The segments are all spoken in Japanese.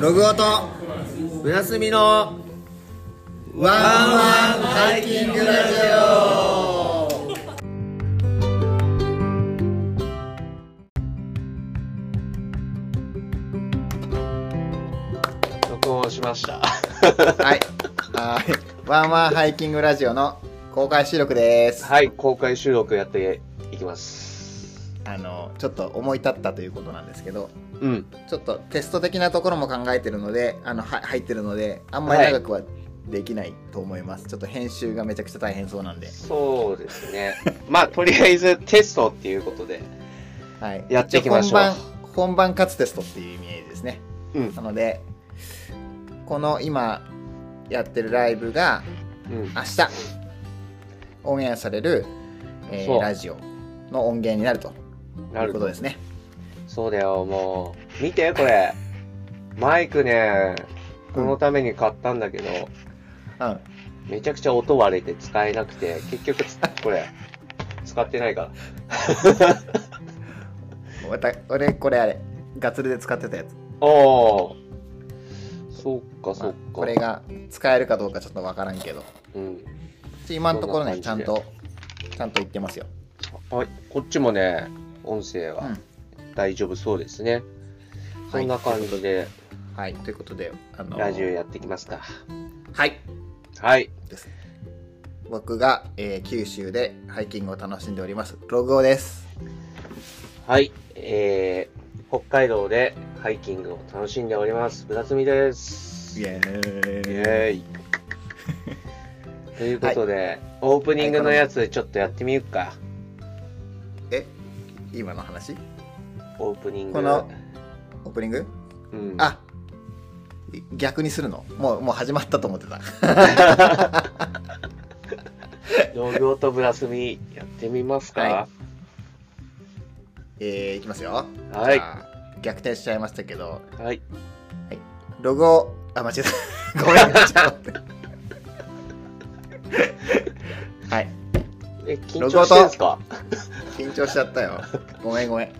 ログオとブラスミのワンワンハイキングラジ録音しました。オはいはいワンワンハイキングラジオの公開収録です、 はい、公開収録やっていきます。あのちょっと思い立ったということなんですけどうん。ちょっとテスト的なところも考えてるのであのは入ってるのであんまり長くはできないと思います、ちょっと編集がめちゃくちゃ大変そうなんでそうですね。 まあ、とりあえずテストっていうことで。はい、やっていきましょう一応本番本番かつテストっていう意味合いですねうんな。のでこの今やってるライブがうん。明日オンエアされる、えーそうラジオの音源になるとないるうこほとど。ですねそうだよ、もう。見て、これ。マイクね、このために買ったんだけど、うんめちゃくちゃ音割れて使えなくて、結局 つ、これ、使ってないから。また俺これあれガツルで使ってたやつおー。そっか、そっか。これが使えるかどうかちょっとわからんけどうん。今のところねちそゃんんなとちゃんと言ってますよ、はい、こっちもね、音声うはん大丈夫そうですね。はそいんな感じで、はいということであのラジオやってきますか。はいはい、です僕が、えー九州でハイキングを楽しんでおりますログオですはい、えー、北海道でハイキングを楽しんでおります。ぶだつみです。エーイエーイ。ということで、オープニングのやつちょっとやってみよっか。え今の話オープニング。このオープニングうん、あ逆にするのもうもう始まったと思ってた 農業とブラスミやってみますかは。えー、いきますよはいじゃあ逆転しちゃいましたけどはい。ログオあ間違えた ごめんなさいはいえ、緊張してんすか緊張しちゃったよごめんごめん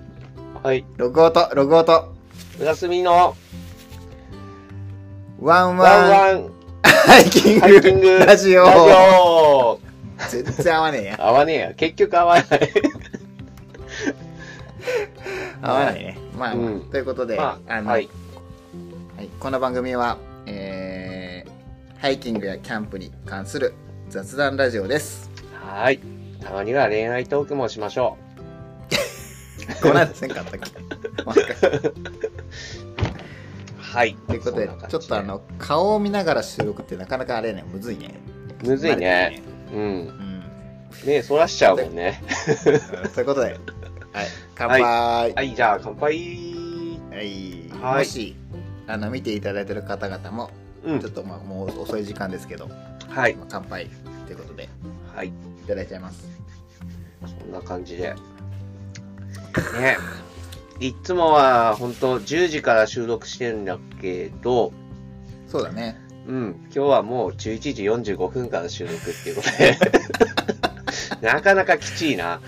はい。ログオとログオとブラスミのワンワンワンワンハイキンハイキンググ ラジオラジオ全然合わねえや合わねえや。結局合わない。合わないね、まあ、まあうんということで、まああのはい。はい、この番組は、えーハイキングやキャンプに関する雑談ラジオです。はい。たまには恋愛トークもしましょこんなんせんか ったっけ、まあとう。はい。ということでちょっとあ、の顔を見ながら収録ってなかなかあれねむずいね。むずい慣れねて。うん。ないね。目そらしちゃうもんね。うん、ということで、はい、乾杯、はいはい、じゃあ乾杯。はいもしあの見ていただいてる方々も、うんちょ。っとまあもう遅い時間ですけど、はい。まあ乾杯ということでいはい。ただいちゃいます。そんな感じで。ね。いつもは本当10時から収録してるんだけど、そうだね。うん、今日はもう11時45分から収録っていう ことで、なかなかきちいな。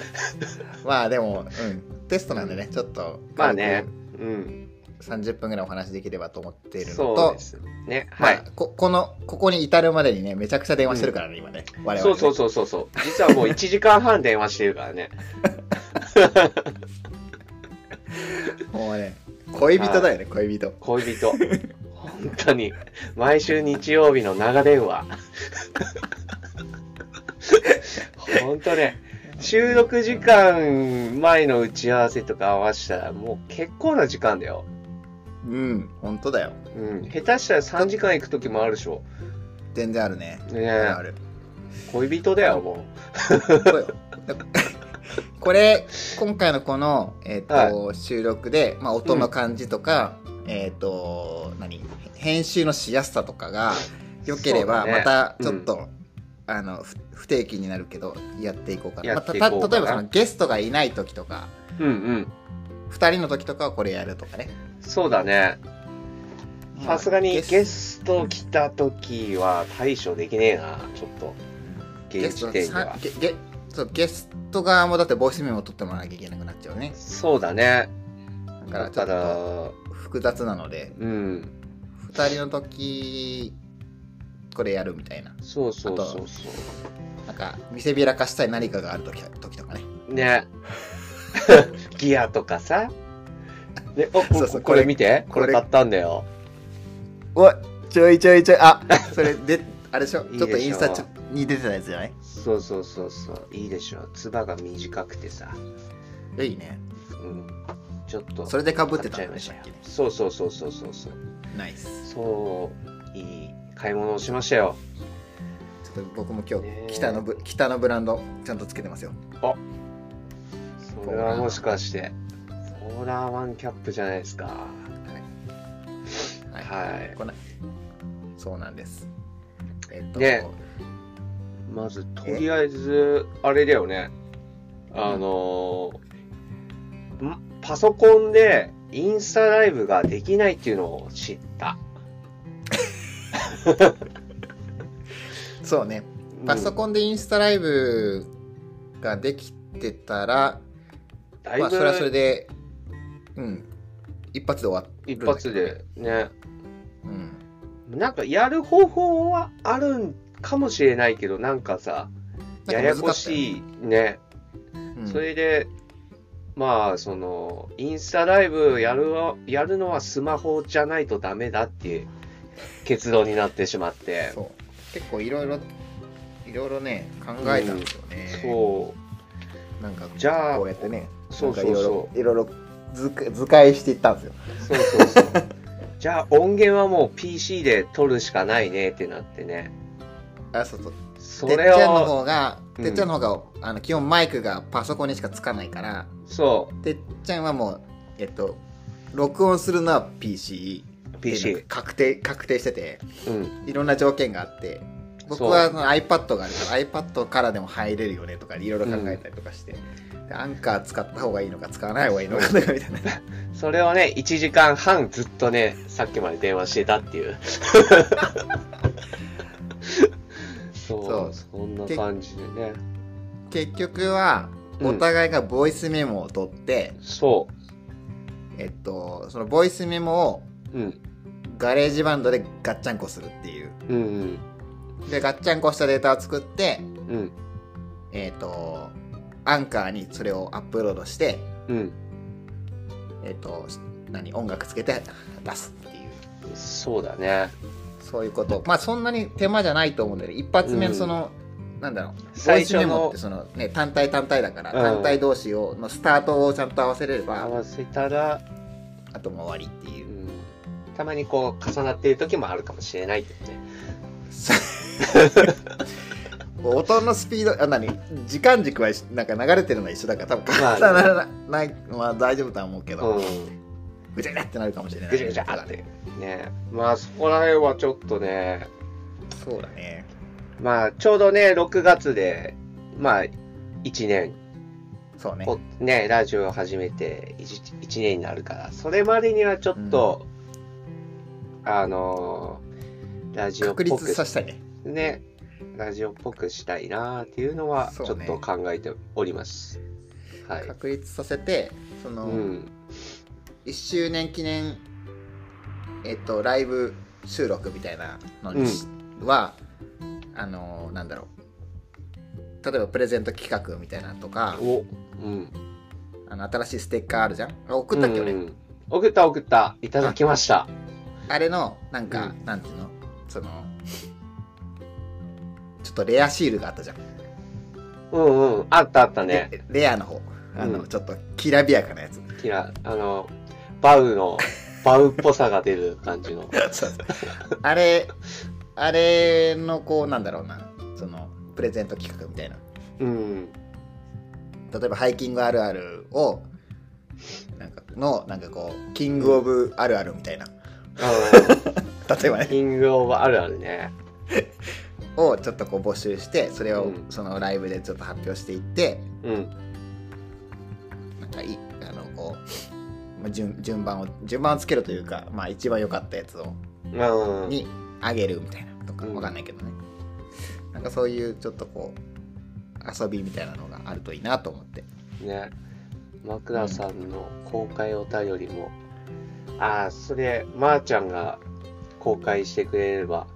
まあでも、うん、テストなんでね、ちょっと、まあね、うん、 30分ぐらいお話できればと思っているのとそうですね。はい。まあ、ここのここに至るまでにねめちゃくちゃ電話してるからね、今ね我々ねそうそうそうそうそう。実はもう1時間半電話してるか らね。もうね恋人だよね恋人恋人。本当に。毎週日曜日の長電 話。本当ね。収録時間前の打ち合わせとか合わせたらもう結構な時間だよ。うん本当だようん。下手したら3時間行く時もあるでしょ。全然あるねねあえるある恋人だよ、もそうよこれ今回のこの、えーと収録で、まあ、音の感じとか、えっ、と何編集のしやすさとかが良ければ、そうだねまたちょっと、あのふ不定期になるけどやっていこうかなやっていこうまかあなたた例えばそのゲストがいない時とかう。うんうん。 2人の時とかはこれやるとかねそうだね。さすがにゲススト来た時は対処できねえな、ちょっと。現時点でゲはス。トゲゲそうゲスト側もだってボイスメモ取ってもらわなきゃいけなくなっちゃうねそうだね。だかだらちょかっとら、複雑なのでうん。人の時これやるみたいなそうそうあとそうそなんか見せびらかしたい何かがある時時とかね うねギアとかさでおそうそうここれれ見てここれれ買ったんだよおいちょいちょいちょいあそれで あれでしょいいでちょしょっとインスタちょに出てたやつじゃないそうそうそうそういいでしょつばが短くてさ、いいねうん、ちょっとそれでかぶってた買っちゃいんまでししたたっよけねそうそうそうそうそうそうナイスそういい買い物をしましたよちょっと僕も今ねえ日北のブ北のブランドちゃんとつけてますよそれはもしかしてソーラーワンキャップじゃないですかはい、はいこんなそうなんですえっと、ねまずとりあえずあれだよねあのーんパソコンでインスタライブができないっていうのを知った、そうねパソコンでインスタライブができてたら、ンだいまぶあ、それはそれで、うん、一発で終わるん一だけど発で、ねうん、なんかやる方法はあるんかもしれないけどなんかさややこしいねうんそれで、まあ、その、インスタライブやるわやるのはスマホじゃないとダメだっていう結論になってしまって、そう結構いろいろいろいろね考えたんですよね、そなんかじゃあこうやってねう、そうそうなんかそいろいろいろいろ図図解していったんですよう、そうそ うそう。じゃあ音源はもう PC で撮るしかないねってなってね。あそうそうそてっちれゃんのを、方が、うんてっちゃんの方があの基本マイクがパソコンにしかつかないからそてっちゃんはもうえっと録音するのは PC う、っていうの PC が。確定確定しててうん。いろんな条件があって僕そうはその iPad があるから iPad からでも入れるよねとかいろいろ考えたりとかして、でアンカー使った方がいいのか使わない方がいいのかとかみたいなそれをね、1時間半ずっとね、さっきまで電話してたって いう。そう、そんな感じでね。結局はうんお互いがボイスメモを取って、そえっとそのボイスメモをう。うん。ガレージバンドでガッチャンコするっていううんでガッチャンコしたデータを作ってうんうんえっ、とアンカーにそれをアップロードしてうんえっ、と何音楽つけて出すっていうそうだねそういうこと。まあそんなに手間じゃないと思うんだけど、一発目うんのその、なんだろう、最初のボイスメモってそのね、単体単体だから、うん単体同士を、のスタートをちゃんと合わせれれ合ば、わせたら、あともう終わりっていう う。ん、たまにこう重なっている時もあるかもしれないけどね音のスピード、あ、何時間軸は一緒なんか流れてるのは一緒だから、多分まあ重ならないのは大丈夫とは思うけど、うんぐちゃぐちゃってなるかもしれない。ぐちゃぐちゃってねまあそこら辺はちょっとねそうだね。まあちょうどね6月でまあ1年そうね。こねラジオを始めて 1, 1年になるからそれまでにはちょっと、あのーラジオっ確ぽく立させたいね。ね、ラジオっぽくしたいなっていうのは、ちそょうっねと考えております。はい。確立させて、そうの、ん。 1周年記念、えっと、ライブ収録みたいなのにしは、あのーなんだろう例えばプレゼント企画みたいなのとかお、うん。あの新しいステッカーあるじゃんあ送ったっけ俺、うん送った送った。いただきました。あれのなんか、うなんていうのそのちょっとレアシールがあったじゃん、うんうん。あったあったね。レレアの方あの、うんちょっときらびやかなや つキラ、あの、バウの、バウっぽさが出る感じの。そうそうあれあれのこうなんだろうなそのプレゼント企画みたいな うん。例えばハイキングあるあるをなんかのなんかこうキングオブあるあるみたいなあ例えばのねキングオブあるあるね。をちょっとこう募集してそれうをんそのライブでちょっと発表していってうん。なんかいあのこうまあ順順番を順番をつけるというかまあ一番良かったやつをうん。にあげるみたいなとかうんわかんないけどねなんかそういうちょっとこう遊びみたいなのがあるといいなと思ってね。マクダさんの公開お便りも、ああ、それ、まー、ちゃんが公開してくれれば、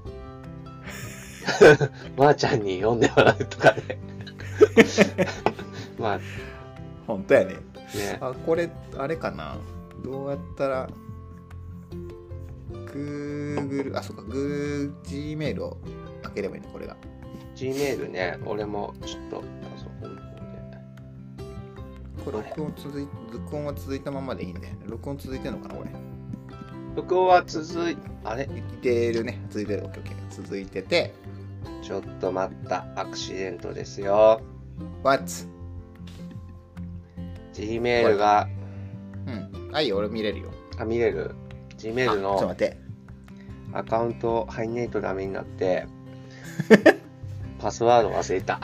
まーちゃんに読んでもらうとかね。 まあ本当やねね、あこれあれかなどうやったら Google あそうか GooGmail を開ければいいねこれが Gmail ね、俺もちょっとパソコンの方これ録音続い録音は続いたままでいいんだよね録音続いてるのかなこれで。録音は続い、あれいってるね続いてる OKOK 続いててちょっと待った、アクシデントですよ。 What? Gmail が、うんあいいよ俺見れるよあ、見れるあ ?Gmail ちょっと待のってアカウント入んねえとダメになって、パスワード忘れた。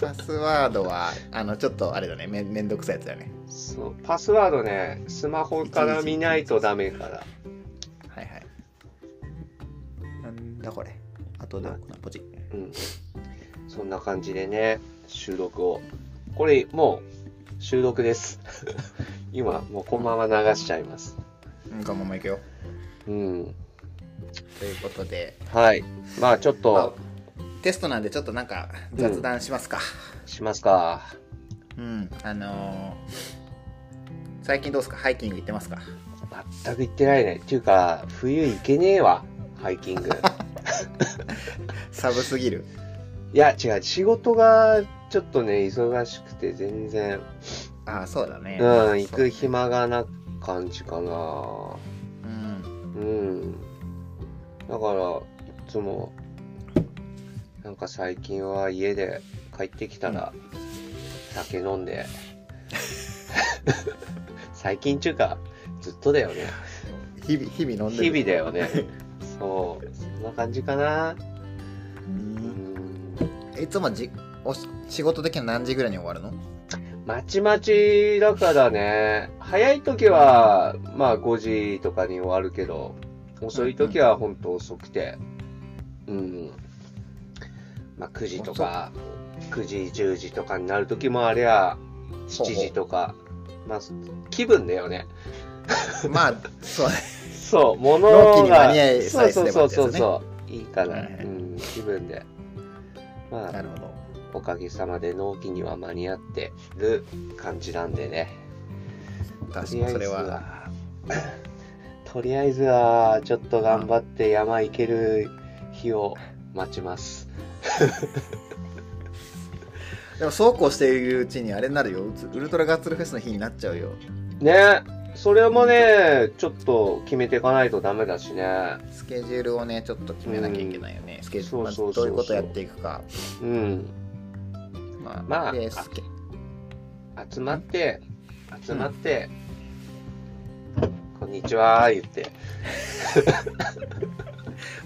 パスワードはあのちょっとあれだねめめんどくさいやつだよねそう、パスワードね、スマホから見ないとダメから。はいはいなんだこれあとで置くなポチうん。そんな感じでね、収録を。これ、もう、収録です。 今、もうこのまま流しちゃいます。うんこのままいくようん。ということではい。まあ、ちょっと、テストなんでちょっとなんか雑談しますか。しますか。うん、あのー最近どうですかハイキング行ってますか全く行ってないね。っていうか、冬行けねえわ、ハイキング。寒すぎる。いや、違う、仕事が、ちょっとね、忙しくて、全然、ああ、そうだね。うん、そう行く。暇がな感じかな。うん。うん。だから、いつも、なんか最近は家で帰ってきたら、酒飲んで、 最近中か、ずっとだよね。日々、日々飲んで日る。々だよね。そう、そんな感じかな。ううんん。いつもじおし仕事的には何時ぐらいに終わるのまちまちだからね、早い時は、まあ5時とかに終わるけど、遅い時はほんと遅くて、うん。まあ9時とか、9時、10時とかになる時もありゃ、7時とか、まあ気分だよね。まあ、そう ね。そう、物が。納期に間に合いさそうえすそうれそばっうてやつねそうそう。いいかはら、いはいうん、気分で。まあ、なるほど。おかげさまで納期には間に合ってる感じなんでね。確とかにりあえそずれは。は、 とりあえずは、ちょっと頑張って山行ける日を待ちます。でもそうこうしているうちにあれになるよ。ウツウルトラガッツルフェスの日になっちゃうよ。ね、それもね、ちょっと決めていかないとダメだしね。スケジュールをね、ちょっと決めなきゃいけないよね。スケジュール、まあそうそうどいそううそううことやっていくか。うん。まあ、まあでスケ集まって、集まって、こんにちは、言って。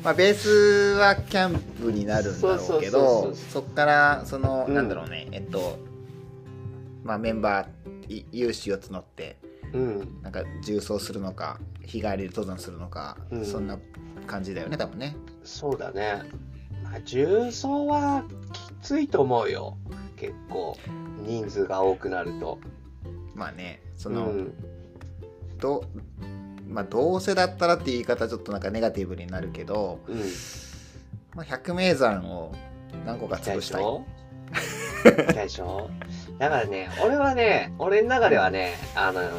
まあ、ベースはキャンプになるんだろうけそうそうそうそうどそっからその、うんなんだろうねえっと、まあ、メンバーい有志を募ってうん。なんか重装するのか日帰りで登山するのか、うんそんな感じだよね多分ねそうだね。まあ、重曹はきついと思うよ。結構、人数が多くなると。まあねそうの、ん。どまあ、どうせだったらって言い方ちょっとなんかネガティブになるけど、うん。まあ、100名山を何個か痛潰いでししたいょ痛いで しょだからね、俺はね、俺の中ではね、あのー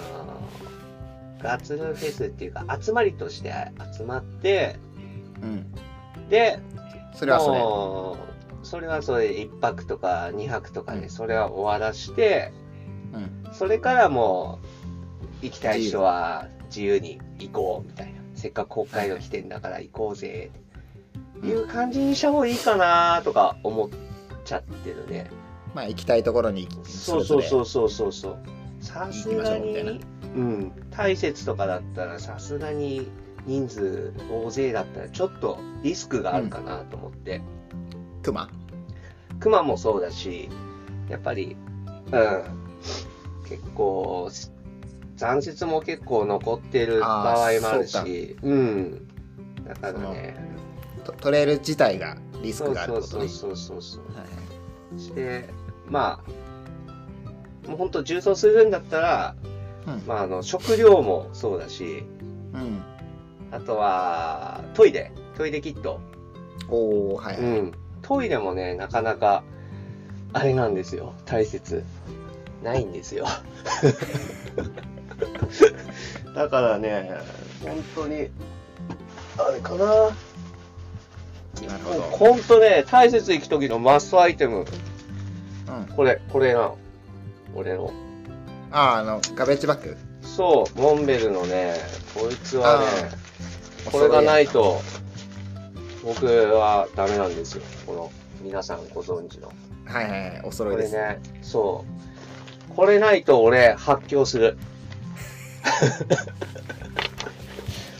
ガッツルフェスっていうか、集まりとして集まって、うんで、それはそれもうそれはそれで1泊とか2泊とかで、それは終わらして、うんそれからもう、行きたい人は自由に行こうみたいな。せっかく北海道来てんだから行こうぜ、っていう感じにした方がいいかなとか思っちゃってるね。まあ行きたいところにそそうれぞそうれそうそうそうそう。さす行きがましょうみたいなに、うん、大雪とかだったらさすがに人数大勢だったらちょっとリスクがあるかなと思って。クマ熊もそうだし、やっぱり、うん、結構、残雪も結構残ってる場合もあるあーし、うん。だからね、トトレイル自体がリスそクうがあるそってうことそねうそうそうそう。はいして、まあ、もう本当重装するんだったら、うんまあ、あの食料もそうだし、うんあとは、トイレ、トイレキット。おおはい、うはいん。トイレもね、なかなか、あれなんですよ。大切。ないんですよ。 だからね、本当に、あれかな。なるほど本当ね、大切行く時のマストアイテム。うん、これ、これなの。俺の。ああのガベージバッグそう、モンベルのね、こいつはね、あこれがないと、僕はダメなんですよ。この、皆さんご存知の。はいはいはいおこ揃いでれす、ね、そう。これないと俺、発狂 する。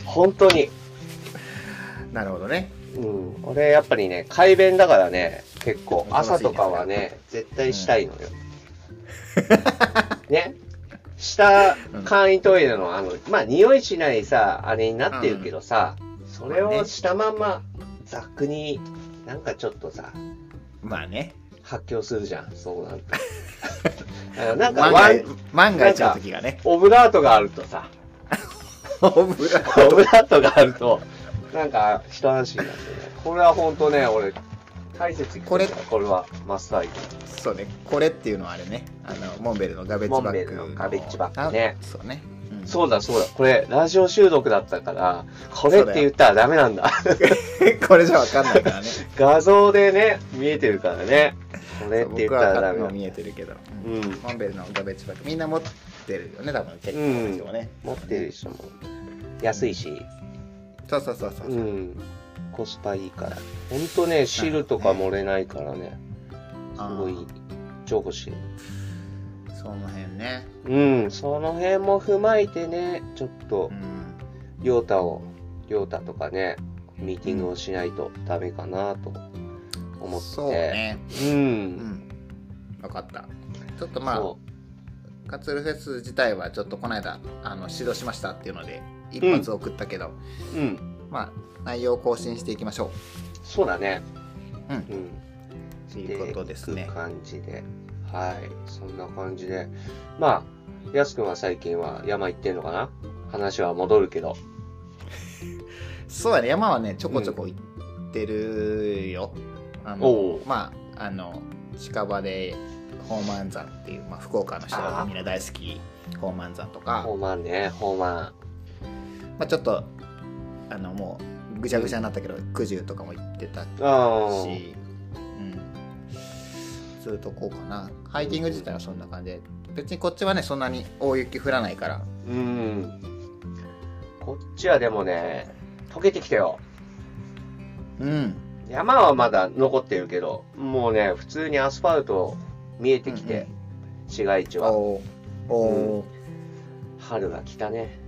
本当に。なるほどねうん。俺、やっぱりね、改便だからね、結構、恐ろしい朝とかはね、絶対したいのよ。ね。下、簡易トイレの、あの、まあ、匂いしないさ、あれになってるけどさ、それをしたまんま、ざっくに、なんかちょっとさ、まあね発狂するじゃん、そうなん て。あのなんか、万ワがン一、万が一の時がねオブラートがあるとさ、オブラーオトブラートがあると、なんか、一安心なんだよね。これは本当ね、俺、大切にこれこれは、マスターイ そうねこれっていうのはあれねあのモンベルのガベージバッグモンベルのガベージバッグねあそうね、うんそうだそうだ、これ、ラジオ収録だったから、これって言ったらダメなんだ。 これじゃわかんないからね画像でね、見えてるからね。これって言っ僕たらはダ買うのメなんだ見えてるけど、ううんん。モンベルのガベージバッグみんな持ってるよね多分結構の人はね、持ってる人も安いし、そうそうそうそう、うん。コスパいいから。ほんとね、汁とか漏れないからね。すあーごい、重宝してる。その辺ねうん、その辺も踏まえてね、ちょっとう、んりょうたを、りょうたとかね、ミーティングをしないとダメかなと思って。そうねう。うんん分かったちょっとまそあカツルフェス自体はちょっとこの間あの指導しましたっていうので一発送ったけど、う。うん。まあ内容を更新していきましょそうだね。ううんうん。ということですねく感じで。はい。そんな感じで。まあ、やすくんは最近は山行ってんのかな話は戻るけど。そうだね山はねちょこちょこ行ってるよ、あおのうまああの近場で宝満山っていう、まあ、福岡の人がみんな大好き宝満山とかホーマンね、ホーマまあ、ちょっとあのもうぐちゃぐちゃになったけど九十、とかも行ってたし、ン。あうーん、そういうとこかなハイキング自体はそんな感じで別にこっちはねそんなに大雪降らないからうん。こっちはでもね、溶けてきたよ。うん山はまだ残ってるけど、もうね、普通にアスファルト見えてきて、市街地おは。おお春が来たね。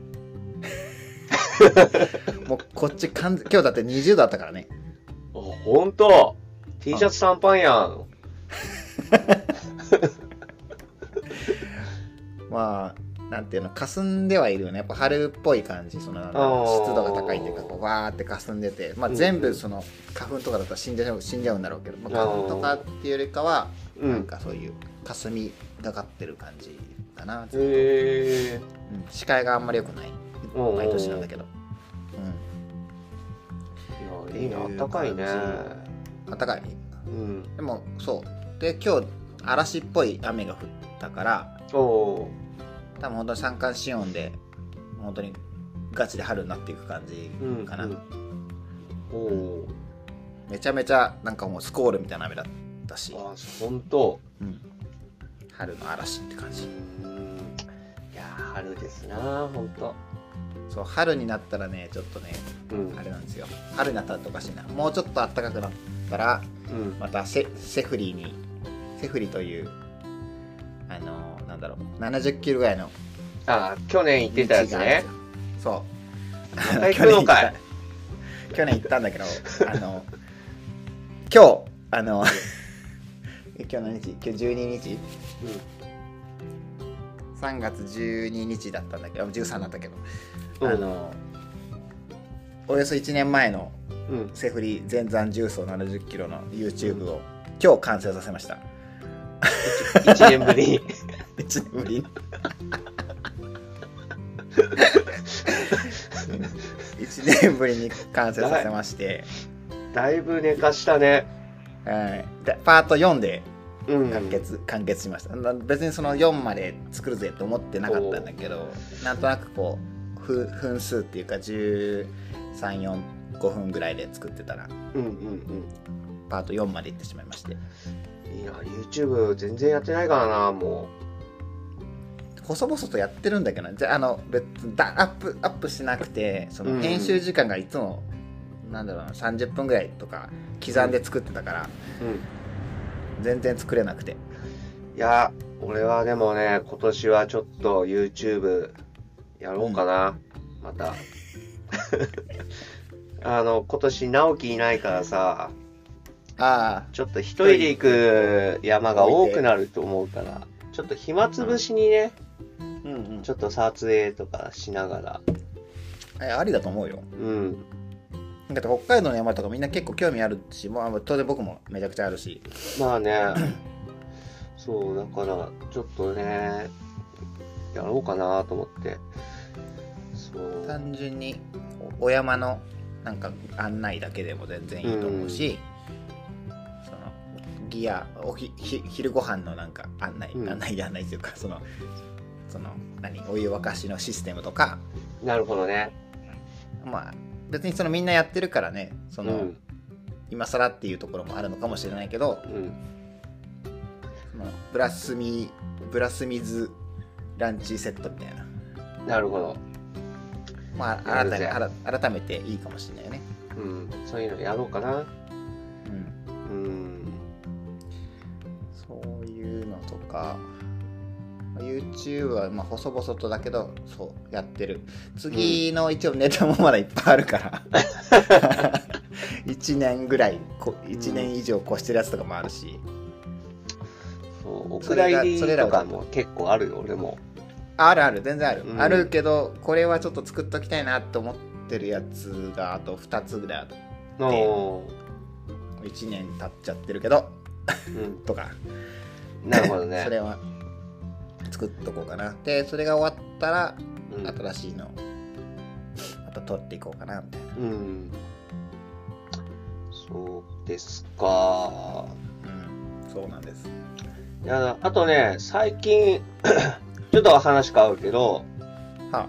ーもうこっち完全今日だって20度あったからねおほんと !T シャツ短パンやん。まあなんていうの霞んではいるよねやっぱ春っぽい感じそのなんだあー湿度が高いっていうかこうわーって霞んでて、まあ、うん全部その花粉とかだったら死んじゃう死んじゃうんだろうけど、まあ、花粉とかっていうよりかはうなんん。かそういう霞がかってる感じかな、うんへえ視界があんまり良くないおうおう毎年なんだけど、ー。いや、いいな、あったかいね。うん、暖かいうん。でもそうで今日嵐っぽい雨が降ったからおお多分本当に三寒四温で本当にガチで春になっていく感じー。うん。かな、うんおおめちゃめちゃなんかもうスコールみたいな雨だったしー。、あ、ほんと。うん、春の嵐って感うじん。いやー、春ですな、ほんと。そう春になったらねちょっとねうんあ。れなんですよ春になったらっておかしいなもうちょっと暖かくなったらうん。またセセフリーにセフリーというあのなんだろう70キロぐらいのあ、去年行ってたやつね。そうまた行くのかい。去年行ったんだけどあの今日あ の今日何日今日12日3月12日だったんだけど13だったけど、うん。あのおよそ1年前のうん。セフリ全山重曹7 0キロの YouTube を今日完成させました一年ぶり。 1年ぶり1年ぶりに完成させまして、だいぶ寝かしたね。はい、でパート4でうん。完結,、完結しましたな別にその4まで作るぜと思ってなかったんだけどなんとなくこうふ分数っていうか134 5分ぐらいで作ってたらうんうんパート4まで行ってしまいましてうん。いや、YouTube 全然やってないからな、も細々とやってるんだけどねじゃああの別だアップアップしなくてそうんうのん編集時間がいつも、なんだろうな30分ぐらいとか刻んで作ってたからう。うん。全然作れなくていや、俺はでもね、今年はちょっと YouTube やろうかな、また。あの、今年直樹いないからさ、あちょっと一人で行く山が多くなると思うから、ちょっと暇つぶしにね、あうんうんちょっと撮影とかしながら、えありだと思うようん、だって北海道の山とかみんな結構興味あるしもうあ当然僕もめちゃくちゃあるしまあね、 そう、だから、ちょっとね、やろうかなと思って、そう。単純におお山のなんか案内だけでも全然いいと思うし、そのギアおひひ昼ご飯のなんか案内、うん案内案内というかそのその何お湯沸かしのシステムとかなるほどね。まあ別にそのみんなやってるからねそうの、ん、今更っていうところもあるのかもしれないけどうん。そのブラスミブラスミズランチセットみたいな、なるほど。まあ、や新るたにぜ改改めていいかもしれないよね。うん。そういうのやろうかな。うんうん。そういうのとか YouTube はまあ細々とだけどそうやってる次の一応ネタもまだいっぱいあるから 1年ぐらいこ1年以上越してるやつとかもあるし、そう、おそ蔵れが入りそれらとをかも結構あるよ、俺も。あるある全然ある、うんあるけどこれはちょっと作っときたいなと思ってるやつがあと2つぐらいあとおー1年経っちゃってるけどうん。とかなるほ どそね。れは作っとこうかなでそれが終わったらうん新しいのをまた撮っていこうかなみたいな、うん。そうですか。うん、そうなんですいや、あとね、最近、 ちょっと話変わるけど、は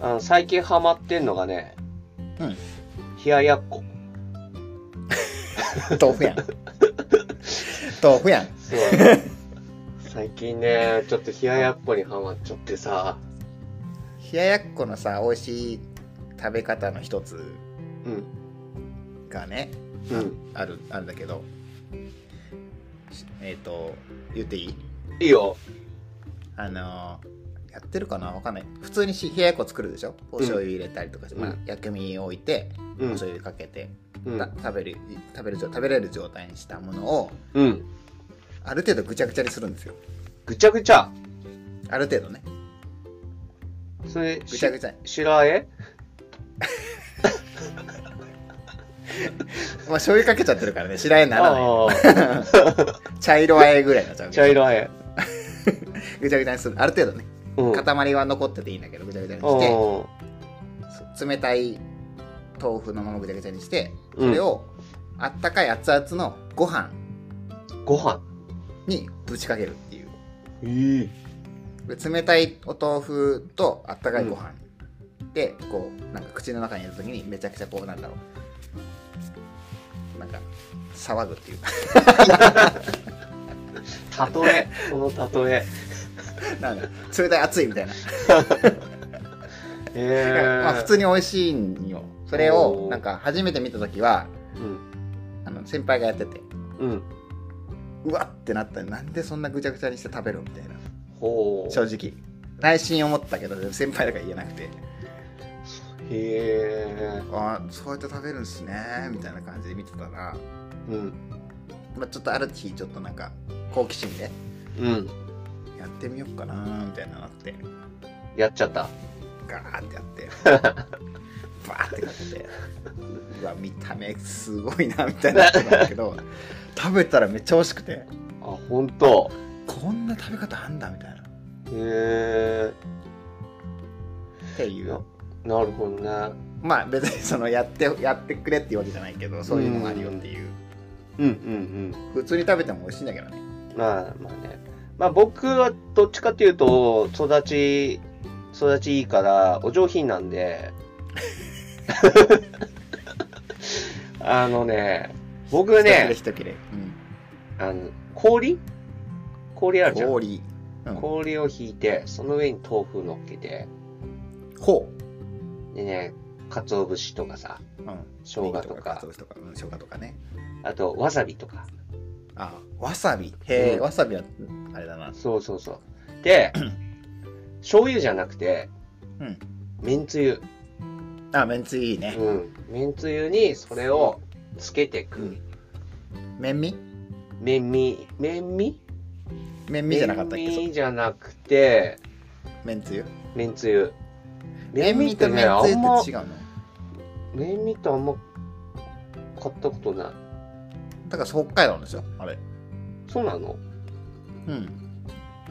あの最近ハマってんのがね、うん冷ややっこ。あ豆 腐やん豆腐やんそう 最近ね、ちょっと冷ややっこにハマっちゃってさ、冷ややっこのさ美味しい食べ方の一つうん。がねうん。あるあるんだけどしえっ、と言っていいいいよ。あのーやってるかなわかんない普通にし冷ややっこ作るでしょお醤油入れたりとかして、うんまあ、薬味を置いてうおん。醤油かけて、うんた食べる食べる状食べれる状態にしたものをうん。ある程度ぐちゃぐちゃにするんですよぐちゃぐちゃ。ある程度ねそれ、ぐちゃぐちゃ、し白あえまあ、醤油かけちゃってるからね白あえにならないあー茶色あえぐらいになっちゃう 茶色 あえ。ぐちゃぐちゃにするある程度ねうん。塊は残ってていいんだけどぐちゃぐちゃにしておーそ冷たい豆腐のままぐちゃぐちゃにしてうんそれをあったかい熱々のご飯ご飯。にぶちかけるっていうええ。で冷たいお豆腐とあったかいご飯、でこうなんか口の中に入れた時にめちゃくちゃこうなんだろうなんか騒ぐっていうか 例え。こ の例え。なんか冷たい熱いみたいなだからえまあ、普通に美味しいんよそれおをーなんか初めて見た時はうん。あの先輩がやっててうん。うわってなったなんでそんなぐちゃぐちゃにして食べるみたいなほう。正直内心思ったけどでも先輩だから言えなくてへえ。ああそうやって食べるんすねみたいな感じで見てたら、まうん。あ、ちょっとある日ちょっとなんか好奇心でうん。やってみようかなみたいなのあってやっちゃった。ガーってやって バーってかけてうわ見た目すごいなみたいになってたんだけど食べたらめっちゃ美味しくてあ、ほんと。こんな食べ方あんだみたいなっへえ。ていうなるほどね。まあ別にそのやって やってくれっていうわけじゃないけどそういうのもあるよっていう、うんうん普通に食べても美味しいんだけどねうん。まあまあね。まあ僕はどっちかっていうと、育ち、育ちいいから、お上品なん で。あのね、僕はね、一切れ一切れ、あの氷氷あうるん、じゃん。氷、うん、ほ氷を引いて、その上に豆腐乗っけて、うでね、鰹節とかさ、うん生姜とかか、つお節とか、うん、生姜とかねあとわさびとか。あわさびへえ、うんわさびはあれだなそうそうそう。 で、醤油じゃなくて、うんめんつゆ。あめんつゆいいね、うん。めんつゆにそれをつけてく。麺味麺味。麺味麺味じゃなかったっけ麺そ味じゃなくて、めんつゆめんつゆ。麺味とめんつゆあんまって違うの麺味とあんま買ったことない。だから北海道なんですよあれそうなのうん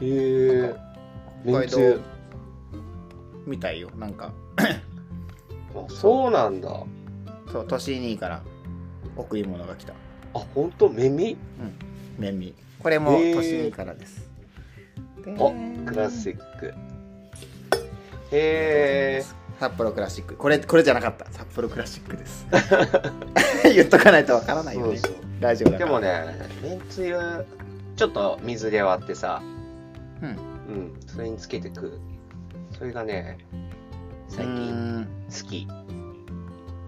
へえ。北め海んつゆ道。みたいよなんかあ、そうなんだ。そう年にいいから贈り物が来たあ、ほんと麺味メミこれもへー年にからです、おクラシッック。へえ。札幌クラシックこれこれじゃなかった札幌クラシックです 言っとかないとわからないよねそうそうラジオだかでらもね、めんつゆ、ちょっと水で割ってさ、うんうん、それにつけてく。それがね、最うーん近好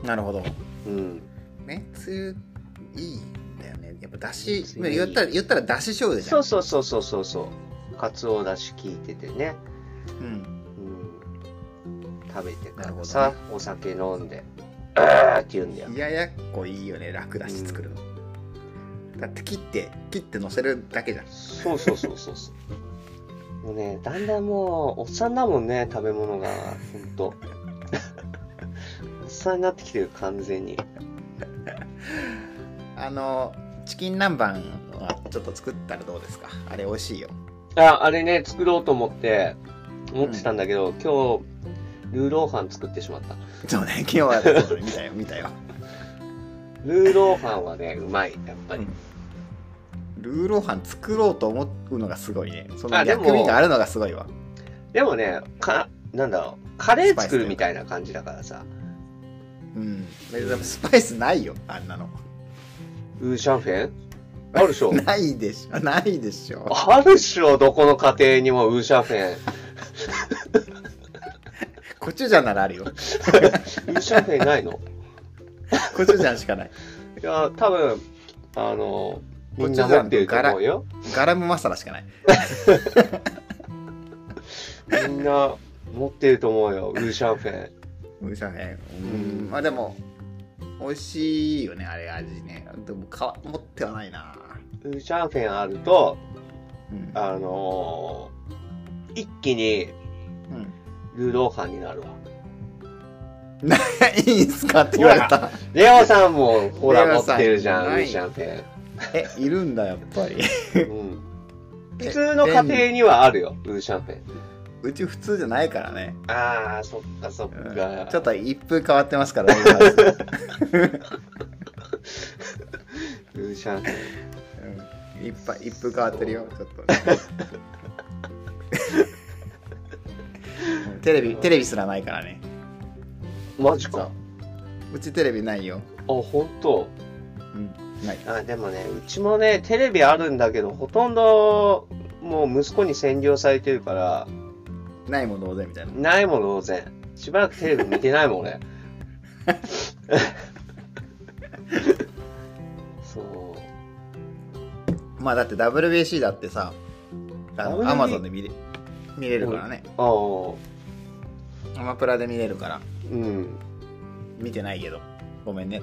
き。なるほどうん。めんつゆいいんだよねやっぱだしつゆいい言ったら言ったらだし醤油じゃそんうそうそうそうそうそう。かつおだし効いててね。うんうん。食べてかなるほどらねさ、お酒飲んで、あーって言うんだよ。ややっこいいよね楽だし作るの、だって切って切ってのせるだけじゃんそうそうそうそうそう。もうね、だんだんもう、おっさんだもんね、食べ物が、ほん と。おっさんになってきてる、完全に。あのチキン南蛮はちょっと作ったらどうですかあれ美味しいよあ、あれね、作ろうと思って、思ってたんだけど、今日、ルーローハン作ってしまった。そうね、今日はそうね見たよ、見たよ。ルーローハンは ね、うまい、やっぱり。ルーローハン作ろうと思うのがすごいね。そのあでも薬味があるのがすごいわ。でもね、か、なんだろう、カレー作るみたいな感じだからさ、うん。でもスパイスないよ、あんなの。ウーシャンフェンあるでしょ ないでしょ、ないでしょ。あるでしょどこの家庭にもウーシャンフ ェン。コチュジャンならあるよ。ウーシャンフェンないのコチュジャンしかない。いや、多分、あの、こみっんちなだ持ってると思うよ。ガラムマサラしかない。みんな持ってると思うよ、ウーシャンフェン。ウーシャンね。ううんん。まあでも、美味しいよね、あれ味ね。でも、か持ってはないな。ウーシャンフェンあると、うん。あのー一気にうん、 ルーローハンになるわ。いいんすかって言われた。レオさんも、ほら、レ持オっさんてるじゃん、ウなーいシャンフェえ、いるんだ、やっぱり。ン。うん 普通の家庭にはあるよ、ウーシャンフェン。うち普通じゃないからね。あー、そっかそっうんか。ちょっと一風変わってますからね。今うウーシャンフェン。ん一風一風変わってるよ、 ちょっと。テレビテレビすらないからね。マジか。あ、うちテレビないよ。ほんと。うん、ない。あ、でもね、うちもね、テレビあるんだけど、ほとんど、もう息子に占領されてるから、ないも同然みたいな。ないも同然。しばらくテレビ見てないもん、 俺。そう。まあだって WBC だってさ、あの WBC Amazon で見れ見れるからね。ああ、アマプラで見れるから。うん。見てないけど。ごめんね。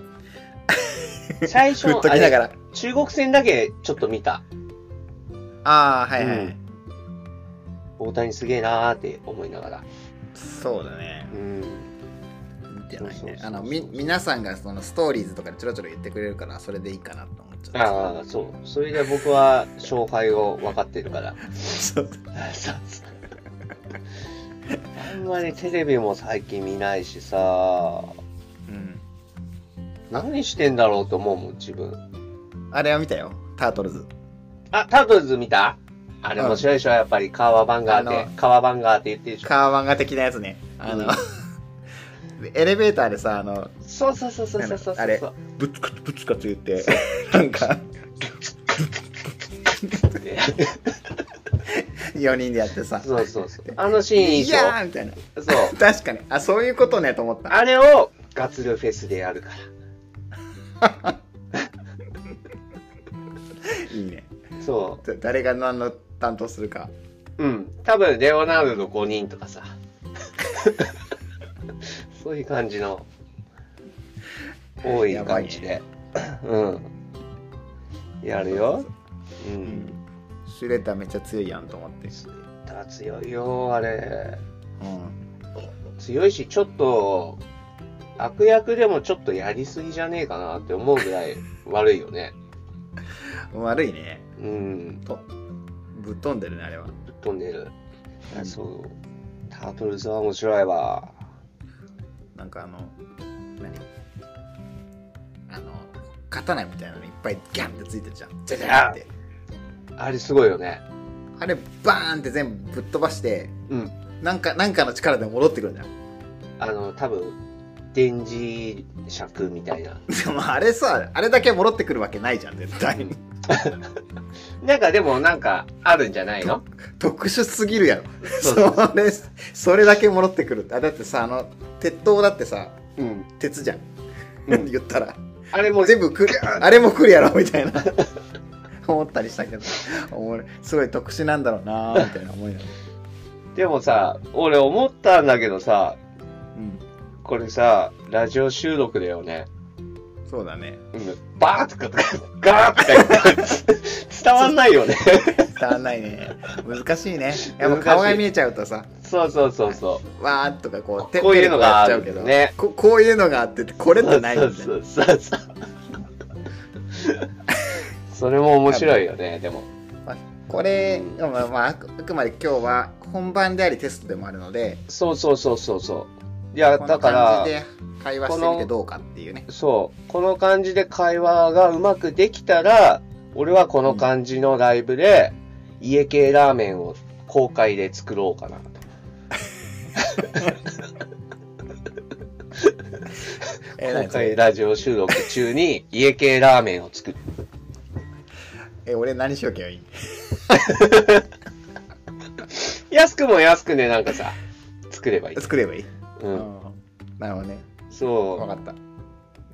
最初ふっのとあきながれ、ら。中国戦だけちょっと見た。ああ、はいはい、はいうん大谷すげえなーって思いながら。そうだね。うん。じゃないそうそうそうねそうあのみ皆さんがそのストーリーズとかでちょろちょろ言ってくれるからそれでいいかなと思っちゃっああ、そう。それで僕は勝敗を分かってるから。たそうそうそうんまりテレビも最近見ないしさ、うん、何してんだろうと思うもん、自分。あれは見たよタートルズあ、タートルズ見たあれ面白いでしょ、やっぱり。カーワバンガーあっのて、カーワバンガーって言ってるでしょ。カー漫画的なやつねあの、でエレベーターでさあのそうそうそうそうそうそう。あれぶつかつぶつかつ言ってなんか4人でやってさそうそうそう。あの「シーンいいいでしょやー!」みたいなそう。確かにあそういうことねと思ったあれをガッツルフェスでやるかいいねら。そだ誰が何の担当するかう。うん。多分、レオナルド5人とかさ。 そういう感じの、多い感じで。うん。やるよ。う。うんんシュレッダーめっちゃ強いやんと思ってただ強いよ、あれ。うん強いし、ちょっと、悪役でもちょっとやりすぎじゃねえかなって思うぐらい悪いよね。悪いねうん。とぶっ飛んでるねあれはぶっ飛んでる。そう。タートルズは面白いわ。なんかあの何あの刀みたいなのいっぱいギャンってついてるじゃんじゃじゃんってあれすごいよね。あれバーンって全部ぶっ飛ばしてうん。なんかなんかの力で戻ってくるじゃんあの、多分、電磁石みたいな。でもあれさあれだけ戻ってくるわけないじゃん絶対になんかでもなんかあるんじゃないの特殊すぎるやろそうそうそれそれだけ戻ってくるってあだってさあの鉄塔だってさうん。鉄じゃん、うん言ったらあれも全部来るあれも来るやろみたいな思ったりしたけどおもろいすごい特殊なんだろうなみたいな思いながでもさ、俺思ったんだけどさ、ら、うん、これさ、ラジオ収録だよね。そうだねうん。バーッとか、ガーッ とか伝わんないよね。伝わんないね難しいねやっぱ難しい顔が見えちゃうとさそうそうそうそわーっとかこう手こういうのがある手でこうやっちゃうけどねここういうのがあってこう。れってないみそたういなそうそうそう。それも面白いよね、でも。これ、まあまあ、あくあくまで今日は本番でありテストでもあるのでそうそうそうそうそう。いや、こんだなか感らじ、で会話してみてどうかっていうねそう、この感じで会話がうまくできたら、俺はこの感じのライブで、家系ラーメンを公開で作ろうかなと。え公何そ開れラジオ収録中に家系ラーメンを作る。え俺何しようけよいい安くも安くね、なんかさ、作ればいい。作ればいい、う。うんんなるほどね分そかった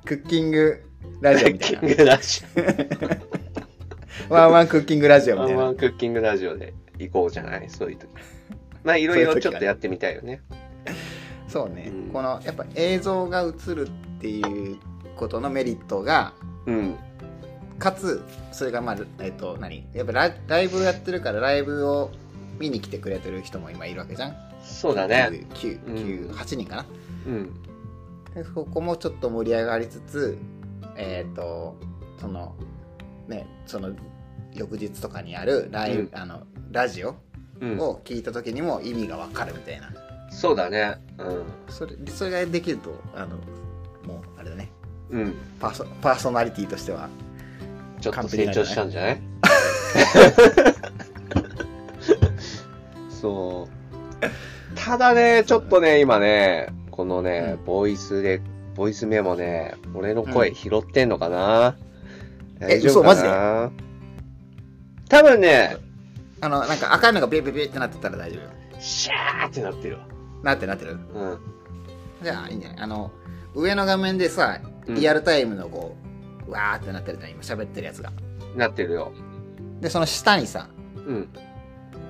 クッキングラう。ジクオみッたキいングラジなワンワンクッキングラジオ。オワみたンいワなンクッキングラジオで行こうじゃないそういう時。まあ、いろいろちょっとやってみたいよね。そうね、うんこのやっぱ映像が映るっていうことのメリットがうん。かつそれがまあえっと何やっぱラライブやってるからライブを見に来てくれてる人も今いるわけじゃんそうだね。うん98人かな、うん。でそこもちょっと盛り上がりつつえっ、とそのねその翌日とかにあるライブ、うんあのラジオうん。を聞いた時にも意味がわかるみたいなそうだね。うん。それそれができるとあのもうあれだねうん。パーソパーソナリティとしてはちょっと成長したんじゃないそう。ただね、ちょっとね、今ね、このねう、ボイスで、ボイスメモね、俺の声拾ってんのかな、大丈夫かな多分ね、あのなんか赤いのがビュービュービューってなってたら大丈夫よシャーってなってるわ。なってなってるうん。じゃあいいんじゃないあの上の画面でさうんリアルタイムのこう、わーってなってるじゃん今喋ってるやつがなってるよ。でその下にさうん。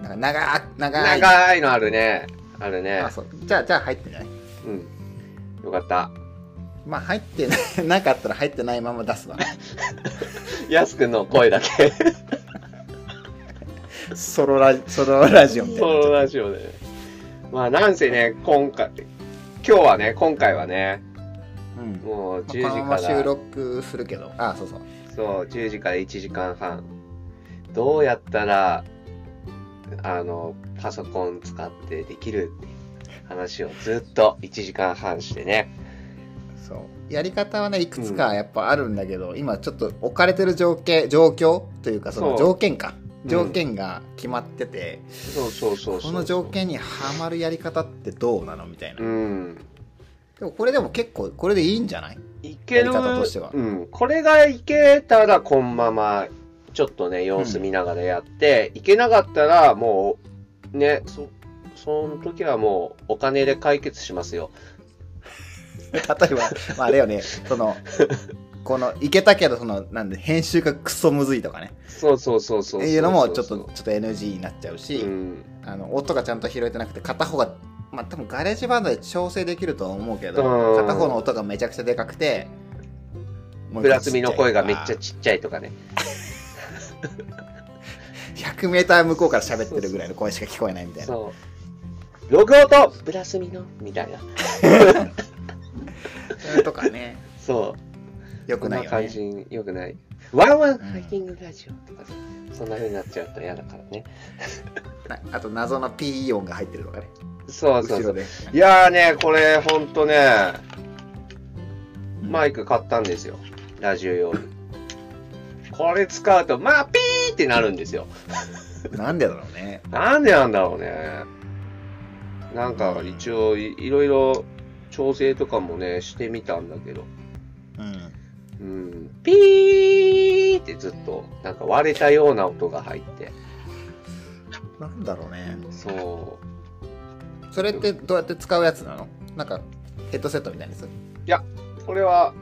なんか長ー長い長いのあるね。あるねあ。そうじゃあじゃあ入ってないうん。よかった。まあ入ってない なかったら入ってないまま出すわやすくんの声だけ。 ソロラジソロラジオみたいそのラジオでね。まあ、なんせね、今回、今日はね、今回はね、な、うんまもう10あ時このまかま収ら、録するけどあそうそうそう、10時から1時間半。どうやったら、あの、パソコン使ってできるって話をずっと1時間半してね。そうやり方はねいくつかやっぱあるんだけど、今ちょっと置かれてる条件状況というかそそうの条件かうん条件が決まってて、そうそうそうそう。この条件にはまるやり方ってどうなのみたいな、うん。でもこれでも結構これでいいんじゃない いけやるり方としてはうん、これがいけたらこのままちょっとね様子見ながらやって、いけなかったらもうねそその時はもうお金で解決しますよ。例えば、まあ、あれよね、その、この、いけたけど、その、なんで、編集がクソむずいとかね、そうそうそうそうそうそう。っていうのも、ちょっと、ちょっと NG になっちゃうし、うん、あの、音がちゃんと拾えてなくて、片方が、まあ、多分ガレージバンドで調整できるとは思うけど、うん片方の音がめちゃくちゃでかくて、もうブラスミの声がめっちちゃっちっちゃいとかね。ちゃい100メーター向こうから喋ってるぐらいの声しか聞こえないみたいな。そう。ログオとブラスミのみたいな。それとかね、そう。よこくんないなよ感ね。じよくない。ワンワンハイキングラジオとかね、そんな風になっちゃうと嫌だからね。なあと、謎の P 音が入ってるとかね、そうそう後そうろ。で。いやーね、これほんとね、マイク買ったんですよ。ラジオ用に。これ使うと、まあ、ピーってなるんですよ。なんでだろうね。なんでなんだろうね。なんか一応いいろいろ調整とかもね、してみたんだけど、うん。うん、ピーってずっと、なんか割れたような音が入って、なんだろうね。そう。それってどうやって使うやつなのなんかヘッドセットみたいにするこれは、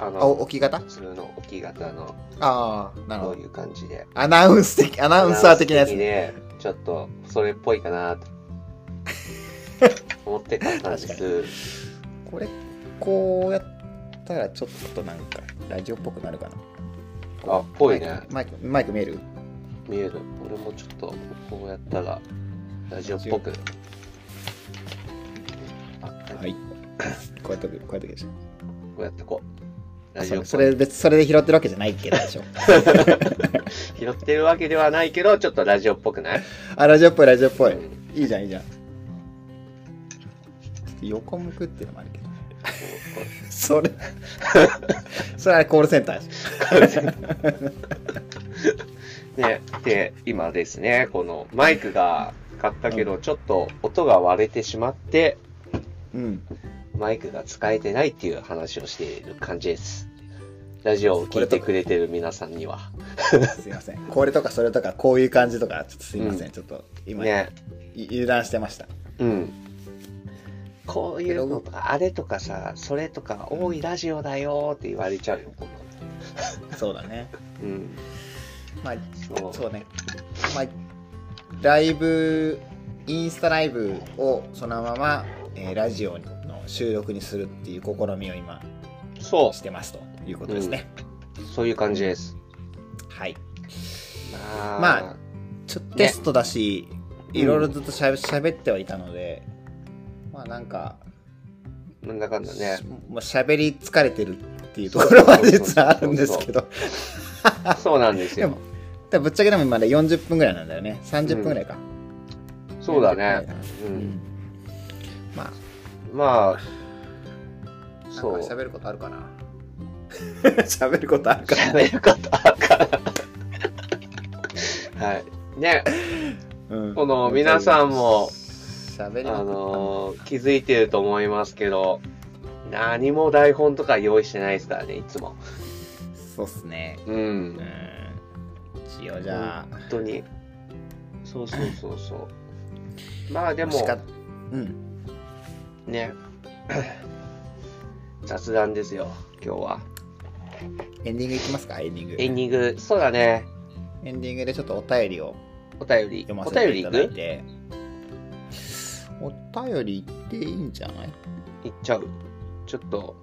ああの、お置き方普通の置き型の、ああなるこほうどいう感じで。アナウンス的アナウンサー的なやつねね。ちょっと、それっぽいかなと。思って買ったんです。これこうやったらちょっとなんかラジオっぽくなるかなあ、っぽいね。マイクマイクマイク見える見える。俺もちょっと、こうやったら、ラジオっぽく。あはこいこうやってこうやってでしょうやってこう。ラジオそうっぽくそれ別それで拾ってるわけじゃないけどでしょ 拾ってるわけではないけど、ちょっとラジオっぽ くないあラジオっぽいラジオっぽいうんいいじゃんいいじゃんちょっと横向くっていうのもあるけ どそれ それあれコールセンターでしょね、で、今ですね、このマイクが買ったけど、ちょっと音が割れてしまって、うんマイクが使えてないっていう話をしている感じです。ラジオを聞いてくれてる皆さんには。すいません。これとかそれとかこういう感じとか、ちょっとすいません。ちょっと今、ね。い油断してました。うん。こういうのとか、あれとかさ、それとか、多いラジオだよーって言われちゃうよ、こんなのそうだね。うん。まあ、そう。そうね。まあ、ライブ、インスタライブをそのまま、えーラジオの収録にするっていう試みを今そしてますということですね。う。そういう感じです。はい。ままあちょっとテストだし、うんいろいろずっとしゃべ喋ってはいたので、まあなんか、なんだかんだね。もう喋り疲れてるっていうところは実はあるんですけど。 そうなんですでよも。、でもぶっちゃけでもまだ40分ぐらいなんだよね。30分ぐらいか。そうだ40分ぐらいねかな。ううんん。まあ、まあ、なんかそう。喋ることあるかな。 喋ることあるかな。喋ることあるから。はい。 ね、うんこの皆さんも喋りまくったあんだのー気づいてると思いますけど、何も台本とか用意してないですからね、いつも。そうっすね。う。うんん本。一応じゃあ、当に。そうそうそうそう。まあでもし、かうん。ね、 雑談ですよ、今日は。エンディングいきますか、エンディング。エンディング、そうだね、エンディングでちょっとお便りをお便り。読まおせ便てりいいただいくて。お便り言っていいんじゃないいっちゃう。ちょっと、